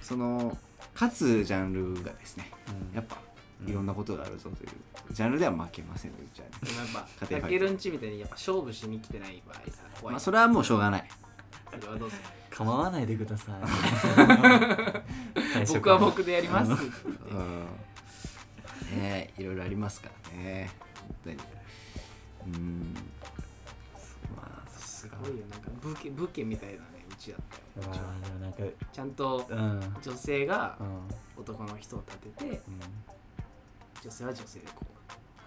その勝つジャンルがですねやっぱいろんなことがあるぞという、ジャンルでは負けませんというジャンル
でもやっ
家
ぱ
庭ファイト
タケルんちみたいにやっぱ勝負しに来てない場合さ怖
ま
い、
あそれはもうしょうがない
それはどうする
構わないでくださ い
僕は僕でやりますって
うんねえいろいろありますからね本当にうんまあ
すごいよなんか武家武家みたいなねうちだったよ
う
う
わ
ちは
ーでもなんか
ちゃんと
うんうん
女性が男の人を立てて
うん
女性は女性でこう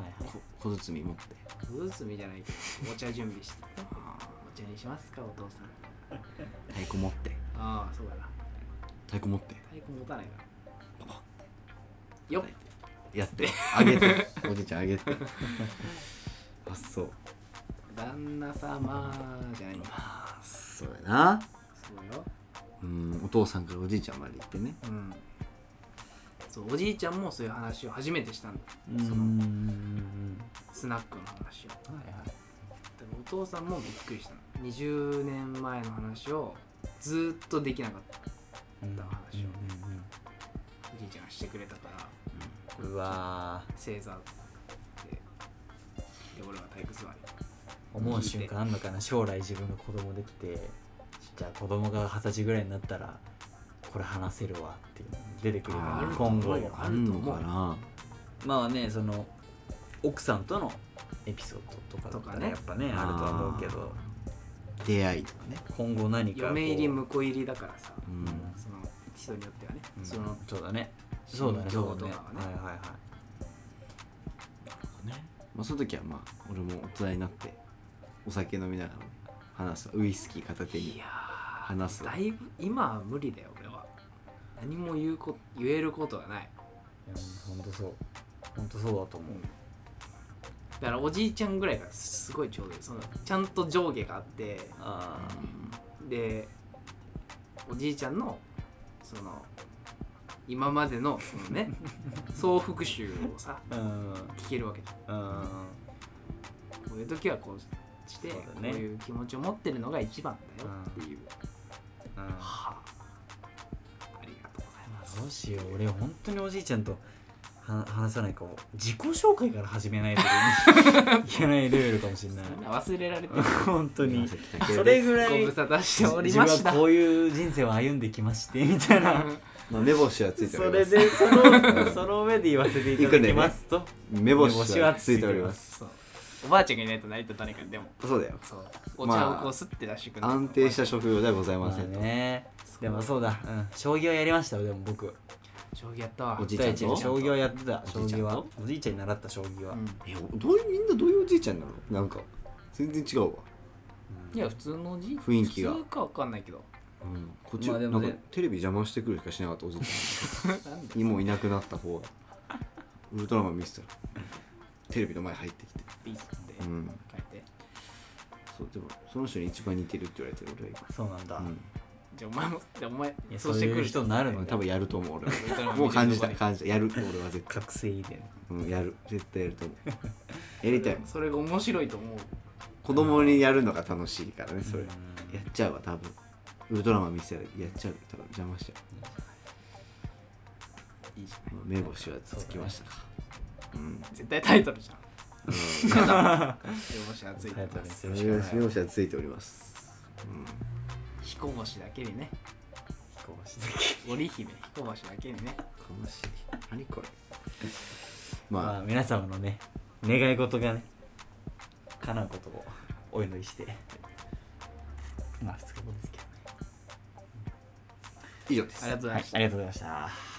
はいはい
こ小包持って
小包じゃないけどお茶準備して
ああ
お茶にしますかお父さん
太鼓持って
ああそうだな
太鼓持って
太鼓持たないから
パパって
よっ
や ってあげておじいちゃん あげてあそう
旦那様じゃないの
あそうやな
そうよ
うんお父さんからおじいちゃんまで行ってね
うんそうおじいちゃんもそういう話を初めてしたんだ
うんうん
そ
うん
の
うん
スナックの話を
はいはい
でもお父さんもびっくりしたの20年前の話をずーっとできなかった
うん
だ話を
うんうん
おじいちゃんがしてくれたから
うんうわ
正座でで俺は体育座り
ー思う瞬間あんのかな将来自分が子供できてじゃあ子供が二十歳ぐらいになったらこれ話せるわっていうの出てくる
あ
の
ー
に今
あ
後
ると思うよ
あるのかな
まあねその奥さんとのエピソードとかだったら
とかね
やっぱねあるとは思うけど
出会いとかね
今後何かこう
嫁入り婿入りだからさ
うん
その人によってはね、
うん
その
そうだねそうだね
心
そ
境
う
と
だね
か
は
はいね
はいはいね
まあその時はまあ俺も大人になってお酒飲みながらね話すウイスキー片手
い
に
や
話す
ーだいぶ今は無理だよ俺は何も言うこ言えることがない
本当そう本当そうだと思
だからおじいちゃんぐらいがすごいちょうどいいそのちゃんと上下があって
あ
でおじいちゃんのその今までのその ね総復習をさ
あうんうん
聞けるわけじゃんこういう時はこうして
そうだ
こう
ね
いう気持ちを持ってるのが一番だよっていう、はあありがとうございます
どうしよう俺本当におじいちゃんとは話さないかも自己紹介から始めないと いけないレベルかもしれない
そんな忘れられて
本当に
紫竹です
それぐら
ご
い
無沙汰しており
自
ま
分
した
はこういう人生を歩んできましてみたいな
まあ目星はついてお
そ
りま
れ
す
でその その上で言わせていただきますと、
目星はついております
そうおばあちゃんがいないと成り立たないからでも
そうだよ
そうお茶をこうすって出してくる、
安定した職業ではござい
ま
ま
あ
せんと、
ねでもそうだ、うん、将棋はやりましたよでも僕
将棋やったわ
おじいちゃ
大
ん
地に
と
将棋はやってた将
おじいちゃ
棋
んと
はおじいちゃんに習った将棋は、
うん
えどういうみんなどういうおじいちゃんなのなんか全然違うわ、
いや普通のおじい
雰囲気が
普通かわかんないけど
うん、こっち、
まあでもね
なんかテレビ邪魔してくるしかしなかったおじいち
なんで
ゃんもういなくなった方がウルトラマン見せたらテレビの前入ってきて
ピースって
う
変
ん
えて
そうでもその人に一番似てるって言われてる俺は
そうなんだ、
今、
じゃあお前もじゃあお前
いや
そ
そうう
してく
いう
る
人になる
う
の
ん、多分やると思う俺は
ウルトラマン
もう感じ
見
た
てるとこ
感じたやる俺は絶対、
覚醒遺伝
うん、やる絶対やると思うやりたいもん
それが面白いと思う
子供にやるのが楽しいからねそれ
うん
やっちゃうわ多分ウルトラマン見せたらやっちゃう多分邪魔しちゃういいじゃない目星はつきましたかうん
絶対タイトルじゃん
うん
よし熱い
タイトルにす
目
るしかない
星はついております
彦星だけにね
彦星だけ
織姫彦星だけにね
悲しい何これ
ま
ま
あ
あ
皆様のね願い事がね叶うことをお祈りしてまあ2日後ですけどね
以上です
ありがとうございました
ありがとうございました